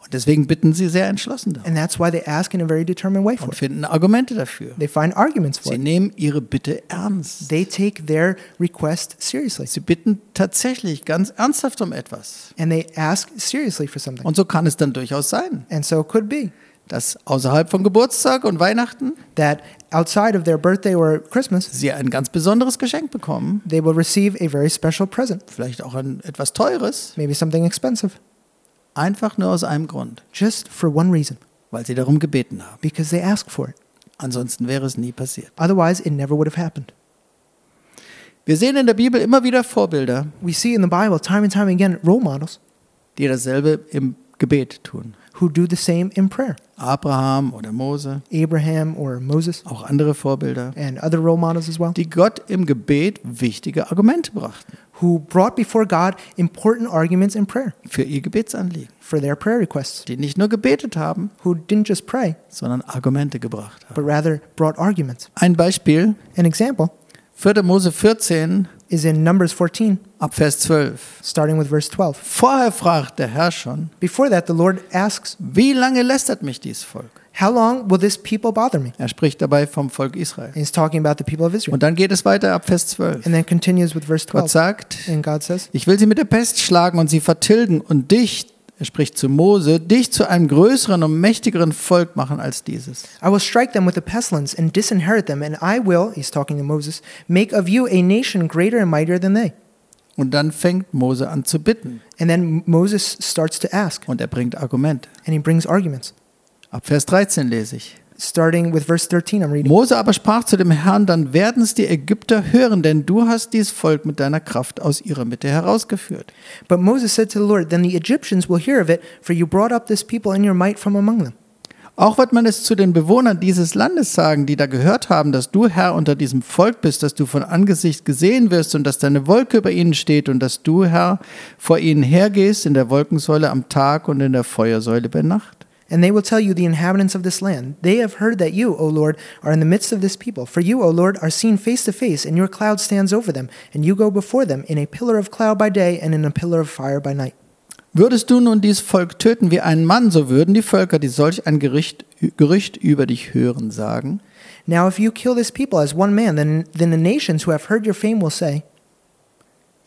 Speaker 1: Und deswegen bitten sie sehr entschlossen darum
Speaker 2: And that's why they ask in a very determined way for
Speaker 1: und
Speaker 2: it.
Speaker 1: finden Argumente dafür.
Speaker 2: They find arguments for
Speaker 1: Sie
Speaker 2: it.
Speaker 1: nehmen ihre Bitte ernst.
Speaker 2: They take their request seriously
Speaker 1: Sie bitten tatsächlich ganz ernsthaft um etwas.
Speaker 2: and they ask seriously for something.
Speaker 1: Und so kann es dann durchaus sein,
Speaker 2: And so it could be
Speaker 1: dass außerhalb von Geburtstag und Weihnachten
Speaker 2: that outside of their birthday or Christmas,
Speaker 1: sie ein ganz besonderes Geschenk bekommen,
Speaker 2: they will receive a very special present,
Speaker 1: vielleicht auch ein etwas teures,
Speaker 2: maybe something expensive,
Speaker 1: einfach nur aus einem Grund,
Speaker 2: just for one reason
Speaker 1: weil sie darum gebeten haben.
Speaker 2: because they asked for it.
Speaker 1: Ansonsten wäre es nie passiert.
Speaker 2: Otherwise, it never would have happened.
Speaker 1: Wir sehen in der Bibel immer wieder Vorbilder,
Speaker 2: We see in the Bible time and time again role models
Speaker 1: die dasselbe im Gebet tun.
Speaker 2: who do the same in prayer.
Speaker 1: Abraham oder Mose,
Speaker 2: Abraham or Moses
Speaker 1: auch andere Vorbilder,
Speaker 2: and other role models as well,
Speaker 1: die Gott im Gebet wichtige Argumente brachten
Speaker 2: who brought before God important arguments in prayer
Speaker 1: für ihr Gebetsanliegen,
Speaker 2: for their prayer requests,
Speaker 1: die nicht nur gebetet haben,
Speaker 2: who didn't just pray,
Speaker 1: sondern Argumente gebracht haben.
Speaker 2: but rather brought arguments.
Speaker 1: Ein Beispiel,
Speaker 2: An example
Speaker 1: 4. Mose 14
Speaker 2: is in Numbers 14,
Speaker 1: ab Vers 12.
Speaker 2: starting with verse 12.
Speaker 1: Vorher fragt der Herr schon,
Speaker 2: Before that, the Lord asks,
Speaker 1: wie lange lästert mich dies Volk?
Speaker 2: How long will this people bother me?
Speaker 1: Er spricht dabei vom Volk Israel.
Speaker 2: He's talking about the people of Israel.
Speaker 1: Und dann geht es weiter ab Vers 12.
Speaker 2: And then continues with verse
Speaker 1: Gott
Speaker 2: 12.
Speaker 1: sagt,
Speaker 2: And God says,
Speaker 1: Ich will sie mit der Pest schlagen und sie vertilgen und dich, er spricht zu Mose, dich zu einem größeren und mächtigeren Volk machen als dieses.
Speaker 2: I will strike them with a pestilence and disinherit them, and I will, he's talking to Moses, make of you a nation greater and mightier than they.
Speaker 1: Und dann fängt Mose an zu bitten
Speaker 2: And then Moses starts to ask,
Speaker 1: und er bringt Argumente.
Speaker 2: and he brings arguments.
Speaker 1: Ab Vers 13 lese ich.
Speaker 2: Starting with verse 13, I'm reading.
Speaker 1: Mose aber sprach zu dem Herrn, dann werden es die Ägypter hören, denn du hast dies Volk mit deiner Kraft aus ihrer Mitte herausgeführt.
Speaker 2: But Moses said to the Lord, Then the Egyptians will hear of it, for you brought up this people in your might from among them.
Speaker 1: Auch wird man es zu den Bewohnern dieses Landes sagen, die da gehört haben, dass du Herr unter diesem Volk bist, dass du von Angesicht gesehen wirst und dass deine Wolke über ihnen steht und dass du, Herr, vor ihnen hergehst in der Wolkensäule am Tag und in der Feuersäule bei Nacht.
Speaker 2: And they will tell you, the inhabitants of this land, they have heard that you, O Lord, are in the midst of this people. For you, O Lord, are seen face to face, and your cloud stands over them, and you go before them in a pillar of cloud by day and in a pillar of fire by night.
Speaker 1: Würdest du nun dies Volk töten wie einen Mann, so würden die Völker, die solch ein Gericht, Gerücht über dich hören, sagen,
Speaker 2: Now, if you kill this people as one man, then, then the nations who have heard your fame will say,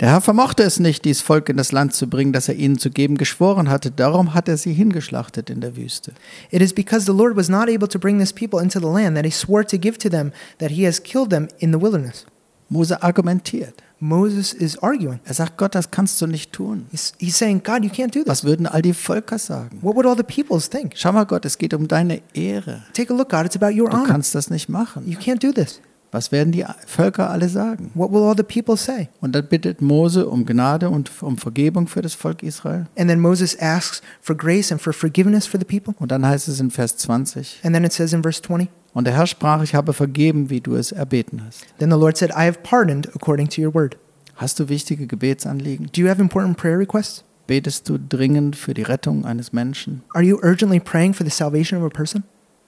Speaker 1: Der Herr vermochte es nicht, dies Volk in das Land zu bringen, das er ihnen zu geben geschworen hatte. Darum hat er sie hingeschlachtet in der Wüste.
Speaker 2: It is because the Lord was not able to bring this people into the land that he swore to give to them that he has killed them in the wilderness.
Speaker 1: Mose argumentiert.
Speaker 2: Moses is arguing.
Speaker 1: Er sagt, Gott, das kannst du nicht tun.
Speaker 2: He's, he's saying, God, you can't do this.
Speaker 1: Was würden all die Völker sagen?
Speaker 2: What would all the peoples think?
Speaker 1: Schau mal, Gott, es geht um deine Ehre.
Speaker 2: Take a look, God, it's about your
Speaker 1: Du
Speaker 2: honor.
Speaker 1: kannst das nicht machen.
Speaker 2: You can't do this.
Speaker 1: Was werden die Völker alle sagen?
Speaker 2: What will all the people say?
Speaker 1: Und dann bittet Mose um Gnade und um Vergebung für das Volk Israel.
Speaker 2: And then Moses asks for grace and for forgiveness for the people.
Speaker 1: Und dann heißt es in Vers 20,
Speaker 2: And then it says in verse 20,
Speaker 1: und der Herr sprach, ich habe vergeben, wie du es erbeten hast.
Speaker 2: Then the Lord said, I have pardoned according to your word.
Speaker 1: Hast du wichtige Gebetsanliegen?
Speaker 2: Do you have important prayer requests?
Speaker 1: Betest du dringend für die Rettung eines Menschen?
Speaker 2: Are you urgently praying for the salvation of a person?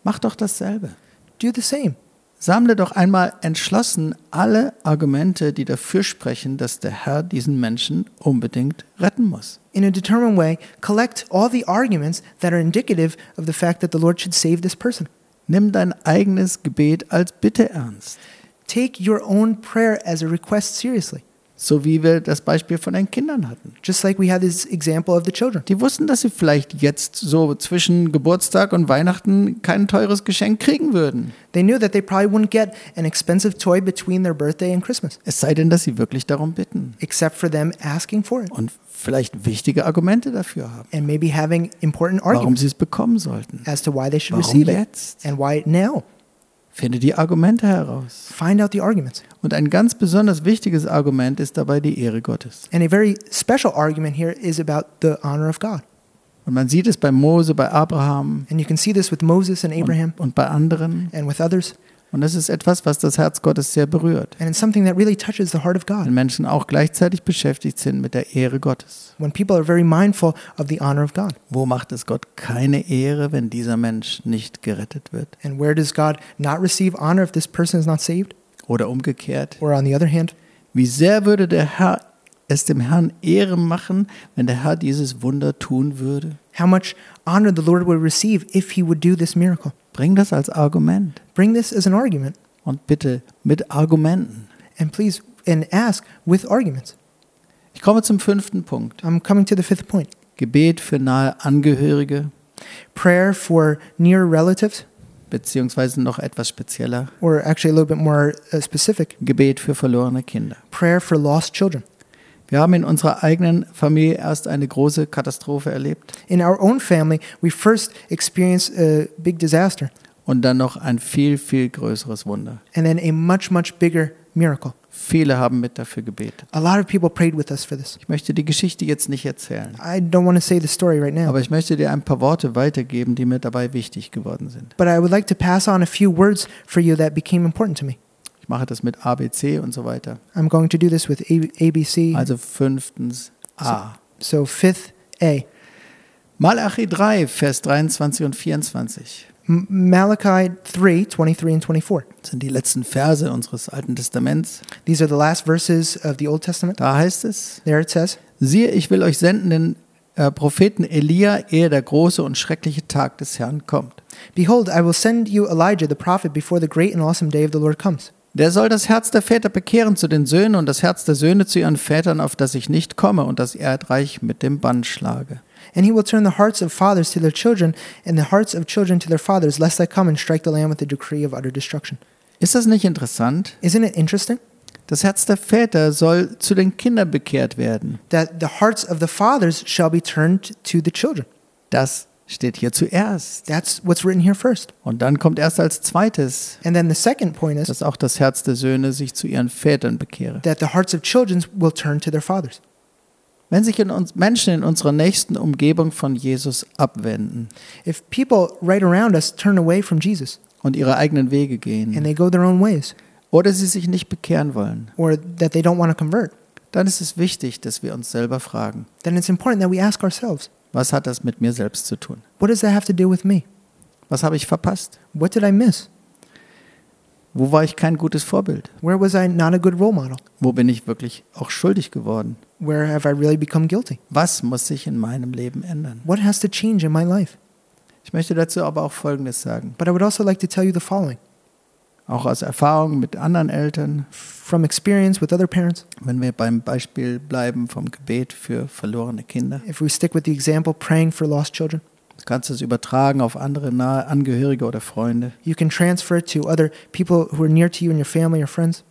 Speaker 1: Mach doch dasselbe.
Speaker 2: Do the same.
Speaker 1: Sammle doch einmal entschlossen alle Argumente, die dafür sprechen, dass der Herr diesen Menschen unbedingt retten muss.
Speaker 2: In a determined way, collect all the arguments that are indicative of the fact that the Lord should save this person.
Speaker 1: Nimm dein eigenes Gebet als Bitte ernst,
Speaker 2: Take your own prayer as a request seriously,
Speaker 1: so wie wir das Beispiel von den Kindern hatten.
Speaker 2: just like we had this example of the children.
Speaker 1: Die wussten, dass sie vielleicht jetzt so zwischen Geburtstag und Weihnachten kein teures Geschenk kriegen würden.
Speaker 2: They knew that they probably wouldn't get an expensive toy between their birthday and Christmas,
Speaker 1: Es sei denn, dass sie wirklich darum bitten
Speaker 2: except for them asking for it
Speaker 1: und vielleicht wichtige Argumente dafür haben,
Speaker 2: and maybe having important
Speaker 1: warum
Speaker 2: arguments
Speaker 1: sie es bekommen sollten.
Speaker 2: as to why they should
Speaker 1: Warum
Speaker 2: receive it
Speaker 1: jetzt?
Speaker 2: and why now.
Speaker 1: Finde die Argumente heraus.
Speaker 2: Find out the arguments.
Speaker 1: Und ein ganz besonders wichtiges Argument ist dabei die Ehre Gottes.
Speaker 2: And a very special argument here is about the honor of God.
Speaker 1: Und man sieht es bei Mose, bei Abraham
Speaker 2: And you can see this with Moses and Abraham
Speaker 1: und, und bei anderen.
Speaker 2: and with others.
Speaker 1: Und das ist etwas, was das Herz Gottes sehr berührt,
Speaker 2: And it's something that really touches the heart of
Speaker 1: wenn
Speaker 2: God
Speaker 1: Menschen auch gleichzeitig beschäftigt sind mit der Ehre Gottes.
Speaker 2: when people are very mindful of the honor of God.
Speaker 1: Wo macht es Gott keine Ehre, wenn dieser Mensch nicht gerettet wird?
Speaker 2: And where does God not receive honor if this person is not saved?
Speaker 1: Oder umgekehrt,
Speaker 2: Or on the other hand,
Speaker 1: wie sehr würde der Herr es dem Herrn Ehre machen, wenn der Herr dieses Wunder tun würde?
Speaker 2: how much honor the Lord would receive if he would do this miracle?
Speaker 1: Bring das als Argument
Speaker 2: Bring this as an argument
Speaker 1: und bitte mit Argumenten.
Speaker 2: and please and ask with arguments.
Speaker 1: Ich komme zum fünften Punkt.
Speaker 2: I'm coming to the fifth point.
Speaker 1: Gebet für nahe Angehörige,
Speaker 2: Prayer for near relatives
Speaker 1: beziehungsweise noch etwas spezieller,
Speaker 2: or actually a little bit more uh, specific,
Speaker 1: Gebet für verlorene Kinder.
Speaker 2: prayer for lost children.
Speaker 1: Wir haben in unserer eigenen Familie erst eine große Katastrophe erlebt
Speaker 2: In our own family, we first experienced a big disaster
Speaker 1: und dann noch ein viel, viel größeres Wunder.
Speaker 2: and then a much, much bigger miracle.
Speaker 1: Viele haben mit dafür gebetet.
Speaker 2: A lot of people prayed with us for this.
Speaker 1: Ich möchte die Geschichte jetzt nicht erzählen,
Speaker 2: I don't want to say the story right now,
Speaker 1: aber ich möchte dir ein paar Worte weitergeben, die mir dabei wichtig geworden sind.
Speaker 2: but I would like to pass on a few words for you that became important to me.
Speaker 1: Ich mache das mit A, B, C und so weiter.
Speaker 2: I'm going to do this with A- ABC.
Speaker 1: Also fünftens A.
Speaker 2: so, fifth A.
Speaker 1: Malachi 3, Vers 23 und 24.
Speaker 2: M- Malachi 3 23 and 24.
Speaker 1: Das sind die letzten Verse unseres Alten Testaments.
Speaker 2: These are the last verses of the Old Testament.
Speaker 1: Da heißt es,
Speaker 2: There it says,
Speaker 1: siehe, ich will euch senden den äh, Propheten Elia, ehe der große und schreckliche Tag des Herrn kommt.
Speaker 2: Behold, I will send you Elijah the prophet before the great and awesome day of the Lord comes.
Speaker 1: Der soll das Herz der Väter bekehren zu den Söhnen und das Herz der Söhne zu ihren Vätern, auf das ich nicht komme und das Erdreich mit dem Bann schlage.
Speaker 2: And he will turn the hearts of fathers to their children, and the hearts of children to their fathers, lest I come and strike the land with a decree of utter destruction.
Speaker 1: Ist das nicht interessant?
Speaker 2: Isn't it interesting
Speaker 1: Das Herz der Väter soll zu den Kindern bekehrt werden.
Speaker 2: that the hearts of the fathers shall be turned to the children?
Speaker 1: Das steht hier zuerst.
Speaker 2: That's what's written here first.
Speaker 1: Und dann kommt erst als zweites,
Speaker 2: And then the second point is
Speaker 1: dass auch das Herz der Söhne sich zu ihren Vätern bekehre.
Speaker 2: that the hearts of children will turn to their fathers.
Speaker 1: Wenn sich in uns Menschen in unserer nächsten Umgebung von Jesus abwenden
Speaker 2: If people right around us turn away from Jesus
Speaker 1: und ihre eigenen Wege
Speaker 2: and
Speaker 1: gehen
Speaker 2: they go their own ways,
Speaker 1: oder sie sich nicht bekehren wollen,
Speaker 2: or that they don't want to convert,
Speaker 1: dann ist es wichtig, dass wir uns selber fragen,
Speaker 2: then it's important that we ask ourselves,
Speaker 1: was hat das mit mir selbst zu tun?
Speaker 2: what does that have to do with me?
Speaker 1: Was habe ich verpasst?
Speaker 2: What did I miss?
Speaker 1: Wo war ich kein gutes Vorbild?
Speaker 2: Where was I not a good role model?
Speaker 1: Wo bin ich wirklich auch schuldig geworden?
Speaker 2: Where have I really become guilty?
Speaker 1: Was muss sich in meinem Leben ändern?
Speaker 2: What has to change in my life?
Speaker 1: Ich möchte dazu aber auch Folgendes sagen.
Speaker 2: But I would also like to tell you the following
Speaker 1: auch aus Erfahrung mit anderen Eltern,
Speaker 2: from experience with other parents.
Speaker 1: wenn wir beim Beispiel bleiben vom Gebet für verlorene Kinder.
Speaker 2: If we stick with the example, praying for lost children,
Speaker 1: Du kannst es übertragen auf andere nahe Angehörige oder Freunde.
Speaker 2: you can transfer it to other people who are near to you in your family or friends.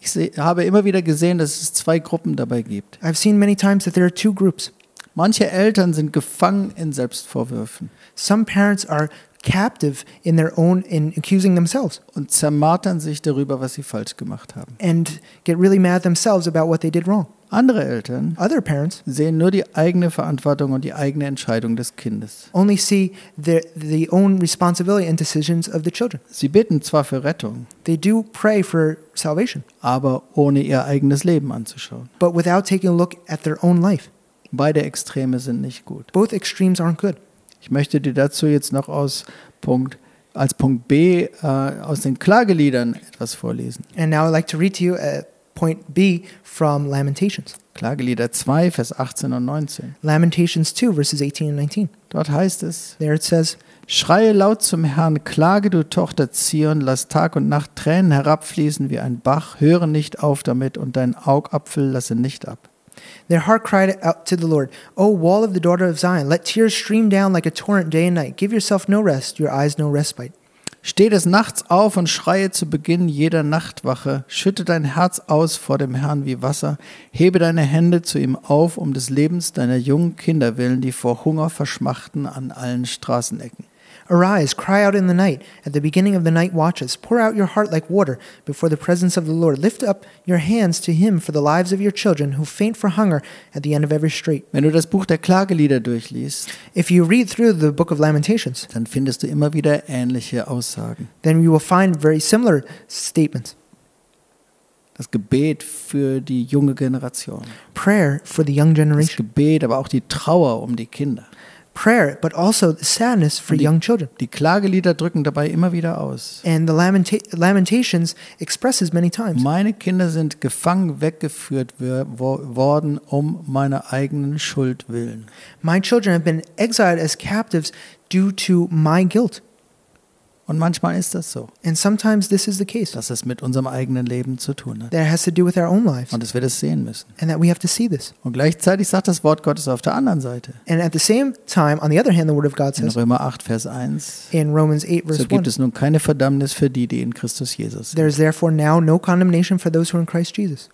Speaker 1: Ich seh, habe immer wieder gesehen, dass es zwei Gruppen dabei gibt.
Speaker 2: I've seen many times that there are two groups.
Speaker 1: Manche Eltern sind gefangen in Selbstvorwürfen
Speaker 2: Some parents are captive in their own, in accusing themselves
Speaker 1: und zermartern sich darüber, was sie falsch gemacht haben.
Speaker 2: and get really mad at themselves about what they did wrong.
Speaker 1: Andere Eltern
Speaker 2: Other parents
Speaker 1: sehen nur die eigene Verantwortung und die eigene Entscheidung des Kindes.
Speaker 2: only see the, the own responsibility and decisions of the children.
Speaker 1: Sie beten zwar für Rettung,
Speaker 2: They do pray for salvation,
Speaker 1: aber ohne ihr eigenes Leben anzuschauen.
Speaker 2: but without taking a look at their own life.
Speaker 1: Beide Extreme sind nicht gut.
Speaker 2: Both extremes aren't good.
Speaker 1: Ich möchte dir dazu jetzt noch aus Punkt, als Punkt B äh, aus den Klageliedern etwas vorlesen.
Speaker 2: And now I'd like to read to you uh, point B from Lamentations.
Speaker 1: Klagelieder 2, Vers 18 und 19.
Speaker 2: Lamentations 2, verses 18 and 19.
Speaker 1: Dort heißt es,
Speaker 2: There it says,
Speaker 1: Schreie laut zum Herrn, klage du Tochter Zion, lass Tag und Nacht Tränen herabfließen wie ein Bach, höre nicht auf damit und deinen Augapfel lasse nicht ab.
Speaker 2: Their heart cried out to the Lord, O wall of the daughter of Zion, let tears stream down like a torrent day and night. Give yourself no rest, your eyes no respite.
Speaker 1: Steh des Nachts auf und schreie zu Beginn jeder Nachtwache, schütte dein Herz aus vor dem Herrn wie Wasser, hebe deine Hände zu ihm auf, um des Lebens deiner jungen Kinder willen, die vor Hunger verschmachten an allen Straßenecken.
Speaker 2: Arise, cry out in the night, at the beginning of the night watches. Pour out your heart like water before the presence of the Lord. Lift up your hands to him for the lives of your children who faint for hunger at the end of every street.
Speaker 1: Wenn du das Buch der Klagelieder durchliest,
Speaker 2: If you read through the book of Lamentations,
Speaker 1: dann findest du immer wieder ähnliche Aussagen.
Speaker 2: then you will find very similar statements.
Speaker 1: Das Gebet für die junge Generation.
Speaker 2: Prayer for the young
Speaker 1: Das
Speaker 2: generation.
Speaker 1: Gebet, aber auch die Trauer um die Kinder.
Speaker 2: Prayer, but also sadness for
Speaker 1: The-
Speaker 2: young children.
Speaker 1: Die Klagelieder drücken dabei immer wieder aus.
Speaker 2: And the lamenta- Lamentations expresses many times.
Speaker 1: Meine Kinder sind gefangen weggeführt wor- wo- worden um meiner eigenen Schuld willen.
Speaker 2: My children have been exiled as captives due to my guilt.
Speaker 1: Und manchmal ist das so,
Speaker 2: And sometimes this is the case.
Speaker 1: dass es mit unserem eigenen Leben zu tun hat.
Speaker 2: That has to do with our own lives.
Speaker 1: Und dass wir das sehen müssen.
Speaker 2: And that we have to see this.
Speaker 1: Und gleichzeitig sagt das Wort Gottes auf der anderen Seite.
Speaker 2: And at the same time, on the other hand, the Word of God
Speaker 1: In
Speaker 2: says
Speaker 1: Römer 8, Vers 1.
Speaker 2: in Romans 8,
Speaker 1: So
Speaker 2: verse 1,
Speaker 1: gibt es nun keine Verdammnis für die, die in Christus Jesus sind.
Speaker 2: there is therefore now no condemnation for those who are in Christ Jesus.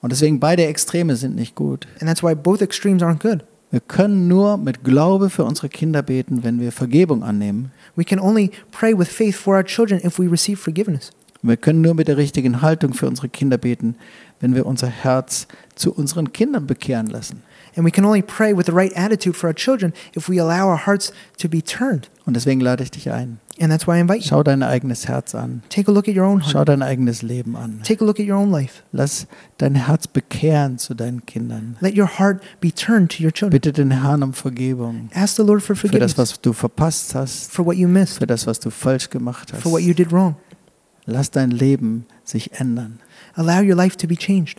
Speaker 1: Und deswegen beide Extreme sind nicht gut.
Speaker 2: And that's why both extremes aren't good.
Speaker 1: Wir können nur mit Glaube für unsere Kinder beten, wenn wir Vergebung annehmen.
Speaker 2: We can only pray with faith for our children if we receive forgiveness.
Speaker 1: Und wir können nur mit der richtigen Haltung für unsere Kinder beten, wenn wir unser Herz zu unseren Kindern bekehren lassen.
Speaker 2: And we can only pray with the right attitude for our children if we allow our hearts to be turned.
Speaker 1: Und deswegen lade ich dich ein.
Speaker 2: And that's why I invite you.
Speaker 1: Schau dein eigenes Herz an.
Speaker 2: Take a look at your own
Speaker 1: Schau
Speaker 2: heart.
Speaker 1: dein eigenes Leben an.
Speaker 2: Take a look at your own life.
Speaker 1: Lass dein Herz bekehren zu deinen Kindern.
Speaker 2: Let your heart be turned to your children.
Speaker 1: Bitte den Herrn um Vergebung
Speaker 2: Ask the Lord for
Speaker 1: für das,
Speaker 2: forgiveness
Speaker 1: was du verpasst hast,
Speaker 2: for what you missed,
Speaker 1: für das, was du falsch gemacht hast.
Speaker 2: for what you did wrong.
Speaker 1: Lass dein Leben sich ändern.
Speaker 2: Allow your life to be changed.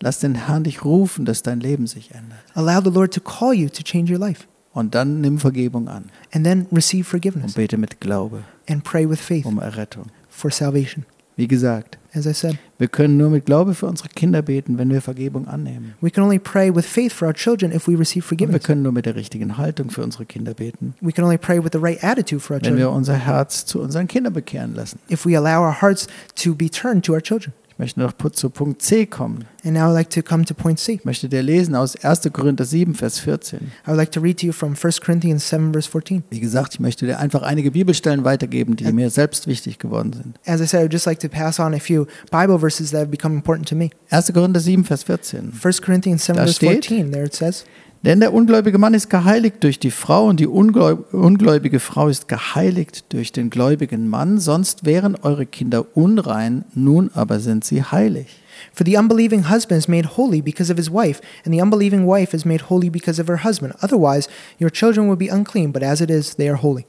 Speaker 1: Lass den Herrn dich rufen, dass dein Leben sich ändert.
Speaker 2: Allow the Lord to call you to change your life.
Speaker 1: Und dann nimm Vergebung an
Speaker 2: And then receive
Speaker 1: und
Speaker 2: forgiveness
Speaker 1: bete mit Glaube
Speaker 2: and pray with faith
Speaker 1: um Errettung.
Speaker 2: for salvation.
Speaker 1: Wie gesagt,
Speaker 2: As I said,
Speaker 1: wir können nur mit Glaube für unsere Kinder beten, wenn wir Vergebung annehmen.
Speaker 2: we can only pray with faith for our children if we receive
Speaker 1: Und wir
Speaker 2: forgiveness.
Speaker 1: können nur mit der richtigen Haltung für unsere Kinder beten,
Speaker 2: We can only pray with the right attitude for our
Speaker 1: wenn
Speaker 2: children
Speaker 1: wir unser Herz zu unseren Kindern bekehren lassen.
Speaker 2: if we allow our hearts to be turned to our children.
Speaker 1: Ich möchte noch pu- zu Punkt C kommen.
Speaker 2: And now I'd like to come to point C.
Speaker 1: Ich möchte dir lesen aus 1. Korinther 7, Vers 14.
Speaker 2: I would like to read to you from 1 Corinthians 7, verse 14.
Speaker 1: Wie gesagt, ich möchte dir einfach einige Bibelstellen weitergeben, die
Speaker 2: Ja.
Speaker 1: mir selbst wichtig geworden sind.
Speaker 2: As I said, I would just like to pass on a few Bible verses that have become important to me.
Speaker 1: 1. Korinther 7, Vers 14.
Speaker 2: 1 Corinthians 7,
Speaker 1: Da
Speaker 2: verse
Speaker 1: steht-
Speaker 2: 14, there it says,
Speaker 1: Denn der ungläubige Mann ist geheiligt durch die Frau und die ungläu- ungläubige Frau ist geheiligt durch den gläubigen Mann, sonst wären eure Kinder unrein, nun aber sind sie heilig.
Speaker 2: For the unbelieving husband is made holy because of his wife, and the unbelieving wife is made holy because of her husband. Otherwise, your children would be unclean, but as it is, they are holy.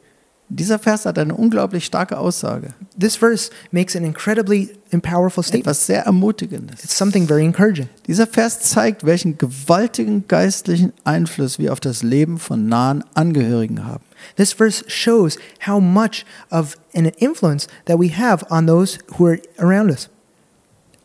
Speaker 1: Dieser Vers hat eine unglaublich starke Aussage,
Speaker 2: This verse makes an incredibly powerful statement.
Speaker 1: etwas sehr Ermutigendes.
Speaker 2: It's something very encouraging.
Speaker 1: Dieser Vers zeigt, welchen gewaltigen geistlichen Einfluss wir auf das Leben von nahen Angehörigen haben.
Speaker 2: This verse shows how much of an influence that we have on those who are around us.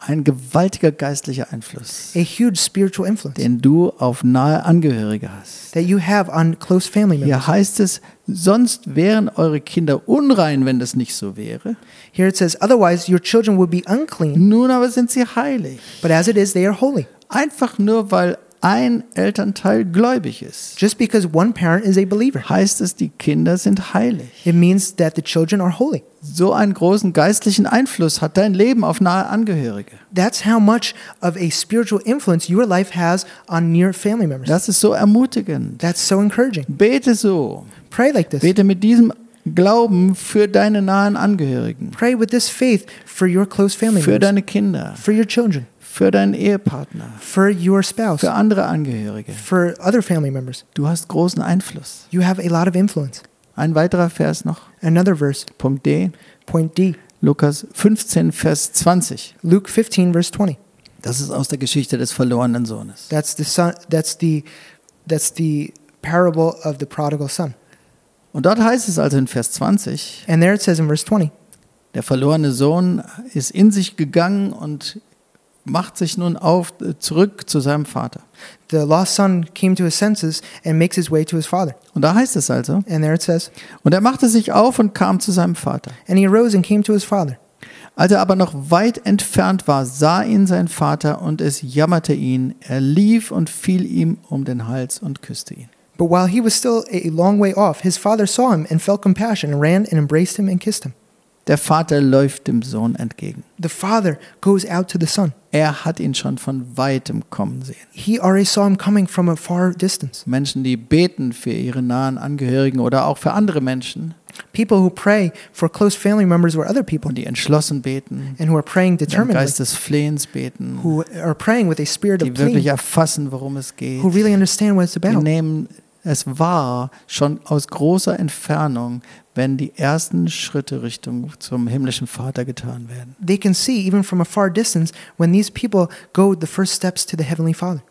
Speaker 1: Ein gewaltiger geistlicher Einfluss,
Speaker 2: A huge spiritual influence
Speaker 1: den du auf nahe Angehörige hast.
Speaker 2: that you have on close family members.
Speaker 1: Hier heißt es, sonst wären eure Kinder unrein, wenn das nicht so wäre.
Speaker 2: Here it says, otherwise your children would be unclean,
Speaker 1: Nun aber sind sie heilig.
Speaker 2: but as it is, they are holy.
Speaker 1: Einfach nur, weil ein Elternteil gläubig ist,
Speaker 2: Just because one parent is a believer,
Speaker 1: heißt es, die Kinder sind heilig.
Speaker 2: it means that the children are holy.
Speaker 1: So einen großen geistlichen Einfluss hat dein Leben auf nahe Angehörige.
Speaker 2: That's how much of a spiritual influence your life has on near family members.
Speaker 1: Das ist so ermutigend.
Speaker 2: That's so encouraging.
Speaker 1: Bete so.
Speaker 2: Pray like this.
Speaker 1: Bete mit diesem Glauben für deine nahen Angehörigen,
Speaker 2: Pray with this faith for your close family
Speaker 1: für
Speaker 2: members,
Speaker 1: deine Kinder,
Speaker 2: for your children,
Speaker 1: für deinen Ehepartner,
Speaker 2: for your spouse,
Speaker 1: für andere Angehörige.
Speaker 2: for other family members.
Speaker 1: Du hast großen Einfluss.
Speaker 2: You have a lot of influence.
Speaker 1: Ein weiterer Vers noch,
Speaker 2: Another verse,
Speaker 1: Punkt D,
Speaker 2: point D,
Speaker 1: Lukas 15, Vers 20.
Speaker 2: Luke 15 verse 20.
Speaker 1: Das ist aus der Geschichte des verlorenen Sohnes.
Speaker 2: That's the son that's the that's the parable of the prodigal son.
Speaker 1: Und dort heißt es also in Vers 20,
Speaker 2: And there it says in verse 20,
Speaker 1: der verlorene Sohn ist in sich gegangen und macht sich nun auf äh, zurück zu seinem Vater.
Speaker 2: the lost son came to his senses and makes his way to his father.
Speaker 1: Und da heißt es also,
Speaker 2: And there it says,
Speaker 1: und er machte sich auf und kam zu seinem Vater.
Speaker 2: and he arose and came to his father.
Speaker 1: Als er aber noch weit entfernt war, sah ihn sein Vater und es jammerte ihn. Er lief und fiel ihm um den Hals und küsste ihn.
Speaker 2: But while he was still a long way off, his father saw him and felt compassion and ran and embraced him and kissed him.
Speaker 1: Der Vater läuft dem Sohn entgegen.
Speaker 2: The father goes out to the son.
Speaker 1: Er hat ihn schon von weitem kommen sehen.
Speaker 2: He already saw him coming from a far distance.
Speaker 1: Menschen, die beten für ihre nahen Angehörigen oder auch für andere Menschen
Speaker 2: People who pray for close family members or other people
Speaker 1: und die entschlossen beten,
Speaker 2: and who are praying
Speaker 1: die im
Speaker 2: determinedly,
Speaker 1: Geist des Flehens beten,
Speaker 2: who are praying with a spirit of
Speaker 1: die wirklich
Speaker 2: plea,
Speaker 1: erfassen, worum es geht.
Speaker 2: who really understand what it's
Speaker 1: Die
Speaker 2: about.
Speaker 1: nehmen es wahr, schon aus großer Entfernung, wenn die ersten Schritte Richtung zum himmlischen Vater getan werden.
Speaker 2: They can see, even from a far distance, when these people go the first steps to the Heavenly Father.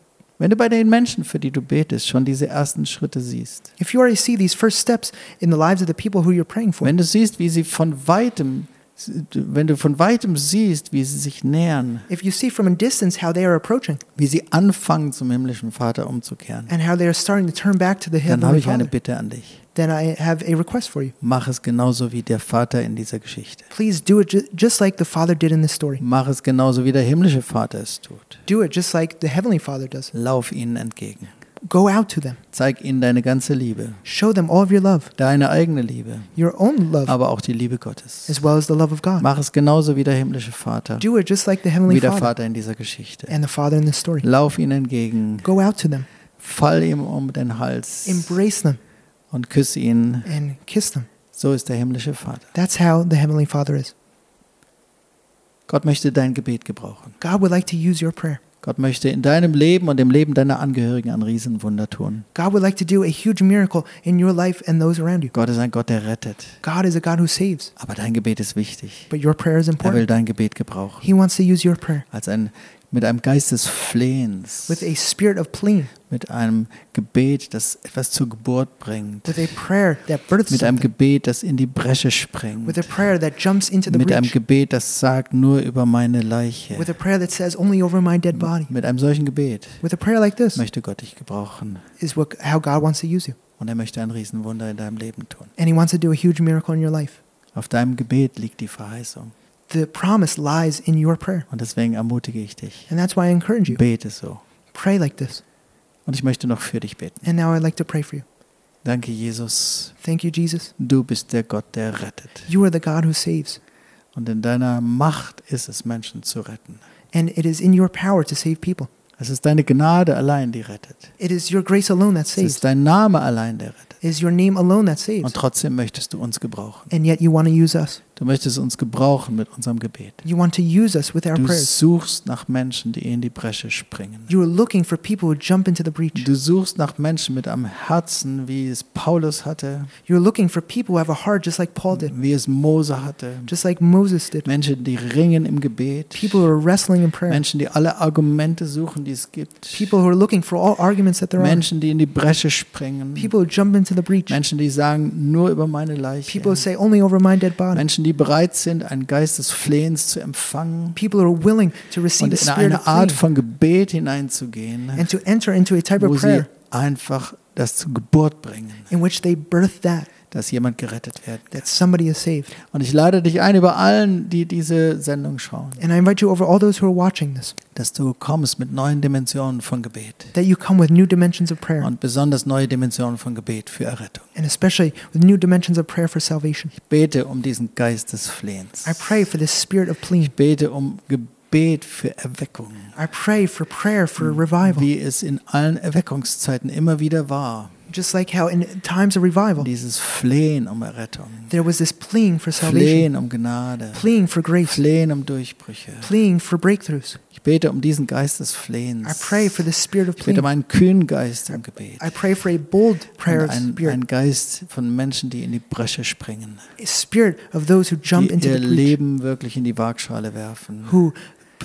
Speaker 1: Wenn du bei den Menschen, für die du betest, schon diese ersten Schritte siehst,
Speaker 2: If you already see these first steps in the lives of the people who you're praying for,
Speaker 1: wenn du siehst, wie sie von weitem, wenn du von weitem siehst, wie sie sich nähern,
Speaker 2: if you see from a distance how they are approaching
Speaker 1: wie sie anfangen, zum himmlischen Vater umzukehren,
Speaker 2: and how they are starting to turn back to the
Speaker 1: dann habe
Speaker 2: Heavenly
Speaker 1: ich eine
Speaker 2: Father,
Speaker 1: Bitte an dich.
Speaker 2: then I have a request for you.
Speaker 1: Mach es genauso wie der Vater in dieser Geschichte.
Speaker 2: Please do it ju- just like the Father did in this story.
Speaker 1: Mach es genauso wie der himmlische Vater es tut.
Speaker 2: Do it just like the Heavenly Father does.
Speaker 1: Lauf ihnen entgegen.
Speaker 2: Go out to them.
Speaker 1: Zeig ihnen deine ganze Liebe,
Speaker 2: Show them all of your love,
Speaker 1: deine eigene Liebe,
Speaker 2: your own love,
Speaker 1: aber auch die Liebe Gottes.
Speaker 2: as well as the love of God.
Speaker 1: Mach es genauso wie der himmlische Vater,
Speaker 2: Do it just like the Heavenly
Speaker 1: wie der
Speaker 2: Father
Speaker 1: Vater in dieser Geschichte.
Speaker 2: and the Father in this story.
Speaker 1: Lauf ihnen entgegen,
Speaker 2: Go out to them,
Speaker 1: fall ihm um den Hals
Speaker 2: embrace them,
Speaker 1: und küsse ihn.
Speaker 2: and kiss them.
Speaker 1: So ist der himmlische Vater.
Speaker 2: That's how the Heavenly Father is.
Speaker 1: Gott möchte dein Gebet gebrauchen.
Speaker 2: God would like to use your prayer.
Speaker 1: Gott möchte in deinem Leben und im Leben deiner Angehörigen ein Riesenwunder tun.
Speaker 2: God would like to do a huge miracle in your life and those around you.
Speaker 1: Gott ist ein Gott, der rettet.
Speaker 2: God is a God who saves,
Speaker 1: Aber dein Gebet ist wichtig.
Speaker 2: but your prayer is
Speaker 1: Er will
Speaker 2: important.
Speaker 1: dein Gebet gebrauchen.
Speaker 2: He wants to use your prayer
Speaker 1: Als ein, mit einem Geist des Flehens,
Speaker 2: with a spirit of pleading,
Speaker 1: mit einem Gebet, das etwas zur Geburt bringt,
Speaker 2: with a prayer that births
Speaker 1: mit einem
Speaker 2: something,
Speaker 1: Gebet, das in die Bresche springt,
Speaker 2: with a prayer that jumps into the
Speaker 1: mit einem
Speaker 2: breach,
Speaker 1: Gebet, das sagt nur über meine Leiche.
Speaker 2: with a prayer that says only over my dead body.
Speaker 1: Mit einem solchen Gebet
Speaker 2: With a prayer like this
Speaker 1: möchte Gott dich gebrauchen
Speaker 2: is what how God wants to use you,
Speaker 1: und er möchte ein Riesenwunder in deinem Leben tun.
Speaker 2: and He wants to do a huge miracle in your life.
Speaker 1: Auf deinem Gebet liegt die Verheißung
Speaker 2: The promise lies in your prayer,
Speaker 1: und deswegen ermutige ich dich.
Speaker 2: and that's why I encourage you.
Speaker 1: Bete so.
Speaker 2: Pray like this.
Speaker 1: Und ich möchte noch für dich beten.
Speaker 2: And now I'd like to pray for you.
Speaker 1: Danke, Jesus.
Speaker 2: Thank you, Jesus.
Speaker 1: Du bist der Gott, der rettet.
Speaker 2: You are the God who saves,
Speaker 1: Und in deiner Macht ist es, Menschen zu retten.
Speaker 2: and it is in your power to save people.
Speaker 1: Es ist deine Gnade allein, die rettet.
Speaker 2: It is your grace alone that
Speaker 1: Es ist
Speaker 2: saves.
Speaker 1: dein Name allein, der rettet.
Speaker 2: It is your name alone that
Speaker 1: Und
Speaker 2: saves.
Speaker 1: trotzdem möchtest du uns gebrauchen.
Speaker 2: And yet you want to use us.
Speaker 1: Du möchtest uns gebrauchen mit unserem Gebet.
Speaker 2: You want to use us with our
Speaker 1: Du
Speaker 2: prayers.
Speaker 1: suchst nach Menschen, die in die Bresche springen.
Speaker 2: You are looking for people who jump into the breach.
Speaker 1: Du suchst nach Menschen mit einem Herzen, wie es Paulus hatte,
Speaker 2: You're looking for people who have a heart just like Paul did,
Speaker 1: wie es Mose hatte.
Speaker 2: just like Moses did.
Speaker 1: Menschen, die ringen im Gebet.
Speaker 2: People who are wrestling in prayer.
Speaker 1: Menschen, die alle Argumente suchen, die es gibt.
Speaker 2: People who are looking for all arguments that there are.
Speaker 1: Menschen, die in die Bresche springen.
Speaker 2: People who jump into the breach.
Speaker 1: Menschen, die sagen, nur über meine Leiche.
Speaker 2: People who say only over my dead body.
Speaker 1: Menschen, die bereit sind, einen Geist des Flehens zu empfangen
Speaker 2: People who are willing to receive
Speaker 1: und
Speaker 2: the
Speaker 1: in
Speaker 2: spirit
Speaker 1: eine
Speaker 2: of
Speaker 1: Art
Speaker 2: faith
Speaker 1: von Gebet hineinzugehen,
Speaker 2: and to enter into a type
Speaker 1: wo
Speaker 2: of
Speaker 1: sie
Speaker 2: prayer
Speaker 1: einfach das zur Geburt bringen,
Speaker 2: in which they birth that,
Speaker 1: dass jemand gerettet werden kann.
Speaker 2: that somebody is saved.
Speaker 1: Und ich lade dich ein, über allen, die diese Sendung schauen,
Speaker 2: And I invite you over all those who are watching this,
Speaker 1: dass du kommst mit neuen Dimensionen von Gebet
Speaker 2: that you come with new dimensions of prayer,
Speaker 1: und besonders neue Dimensionen von Gebet für Errettung.
Speaker 2: and especially with new dimensions of prayer for salvation.
Speaker 1: Ich bete um diesen Geist des Flehens.
Speaker 2: I pray for this spirit of plea.
Speaker 1: Ich bete um Gebet für Erweckung,
Speaker 2: I pray for prayer for revival.
Speaker 1: wie es in allen Erweckungszeiten immer wieder war.
Speaker 2: Just like how in times of revival,
Speaker 1: Dieses Flehen um Errettung,
Speaker 2: there was this pleading for salvation,
Speaker 1: Flehen um Gnade,
Speaker 2: pleading for grace,
Speaker 1: Flehen um Durchbrüche.
Speaker 2: pleading for breakthroughs.
Speaker 1: Ich bete um diesen Geist des
Speaker 2: I
Speaker 1: Flehens.
Speaker 2: pray for the spirit of
Speaker 1: Ich bete um
Speaker 2: pleading.
Speaker 1: einen kühnen Geist im Gebet.
Speaker 2: I pray for a bold prayer
Speaker 1: Und
Speaker 2: of
Speaker 1: ein,
Speaker 2: spirit,
Speaker 1: ein Geist von Menschen, die in die Bresche springen,
Speaker 2: a spirit of those who jump
Speaker 1: die
Speaker 2: into
Speaker 1: ihr
Speaker 2: the breach,
Speaker 1: Leben wirklich in die Waagschale werfen
Speaker 2: who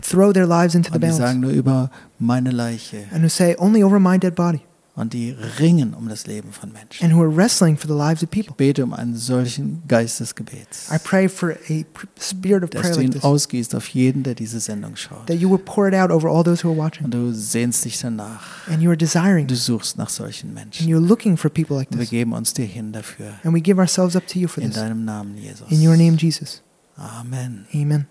Speaker 2: throw their lives into the
Speaker 1: und die
Speaker 2: balance,
Speaker 1: sagen nur über meine Leiche
Speaker 2: and who say, only over my dead body,
Speaker 1: und die ringen um das Leben von Menschen.
Speaker 2: and who are wrestling for the lives of people.
Speaker 1: Ich bete um einen solchen Geist des Gebets,
Speaker 2: I pray for a pr- spirit of
Speaker 1: dass
Speaker 2: prayer
Speaker 1: du
Speaker 2: like
Speaker 1: ihn
Speaker 2: this,
Speaker 1: ausgießt auf jeden, der diese Sendung schaut.
Speaker 2: that you would pour it out over all those who are watching,
Speaker 1: Und du sehnst dich danach.
Speaker 2: and you are desiring,
Speaker 1: Du
Speaker 2: this,
Speaker 1: suchst nach solchen
Speaker 2: and
Speaker 1: Menschen.
Speaker 2: you're looking for people like
Speaker 1: Und wir
Speaker 2: this.
Speaker 1: geben uns dir hin dafür.
Speaker 2: And we give ourselves up to you for
Speaker 1: In
Speaker 2: this.
Speaker 1: deinem Namen, Jesus.
Speaker 2: In your name, Jesus.
Speaker 1: Amen.
Speaker 2: Amen.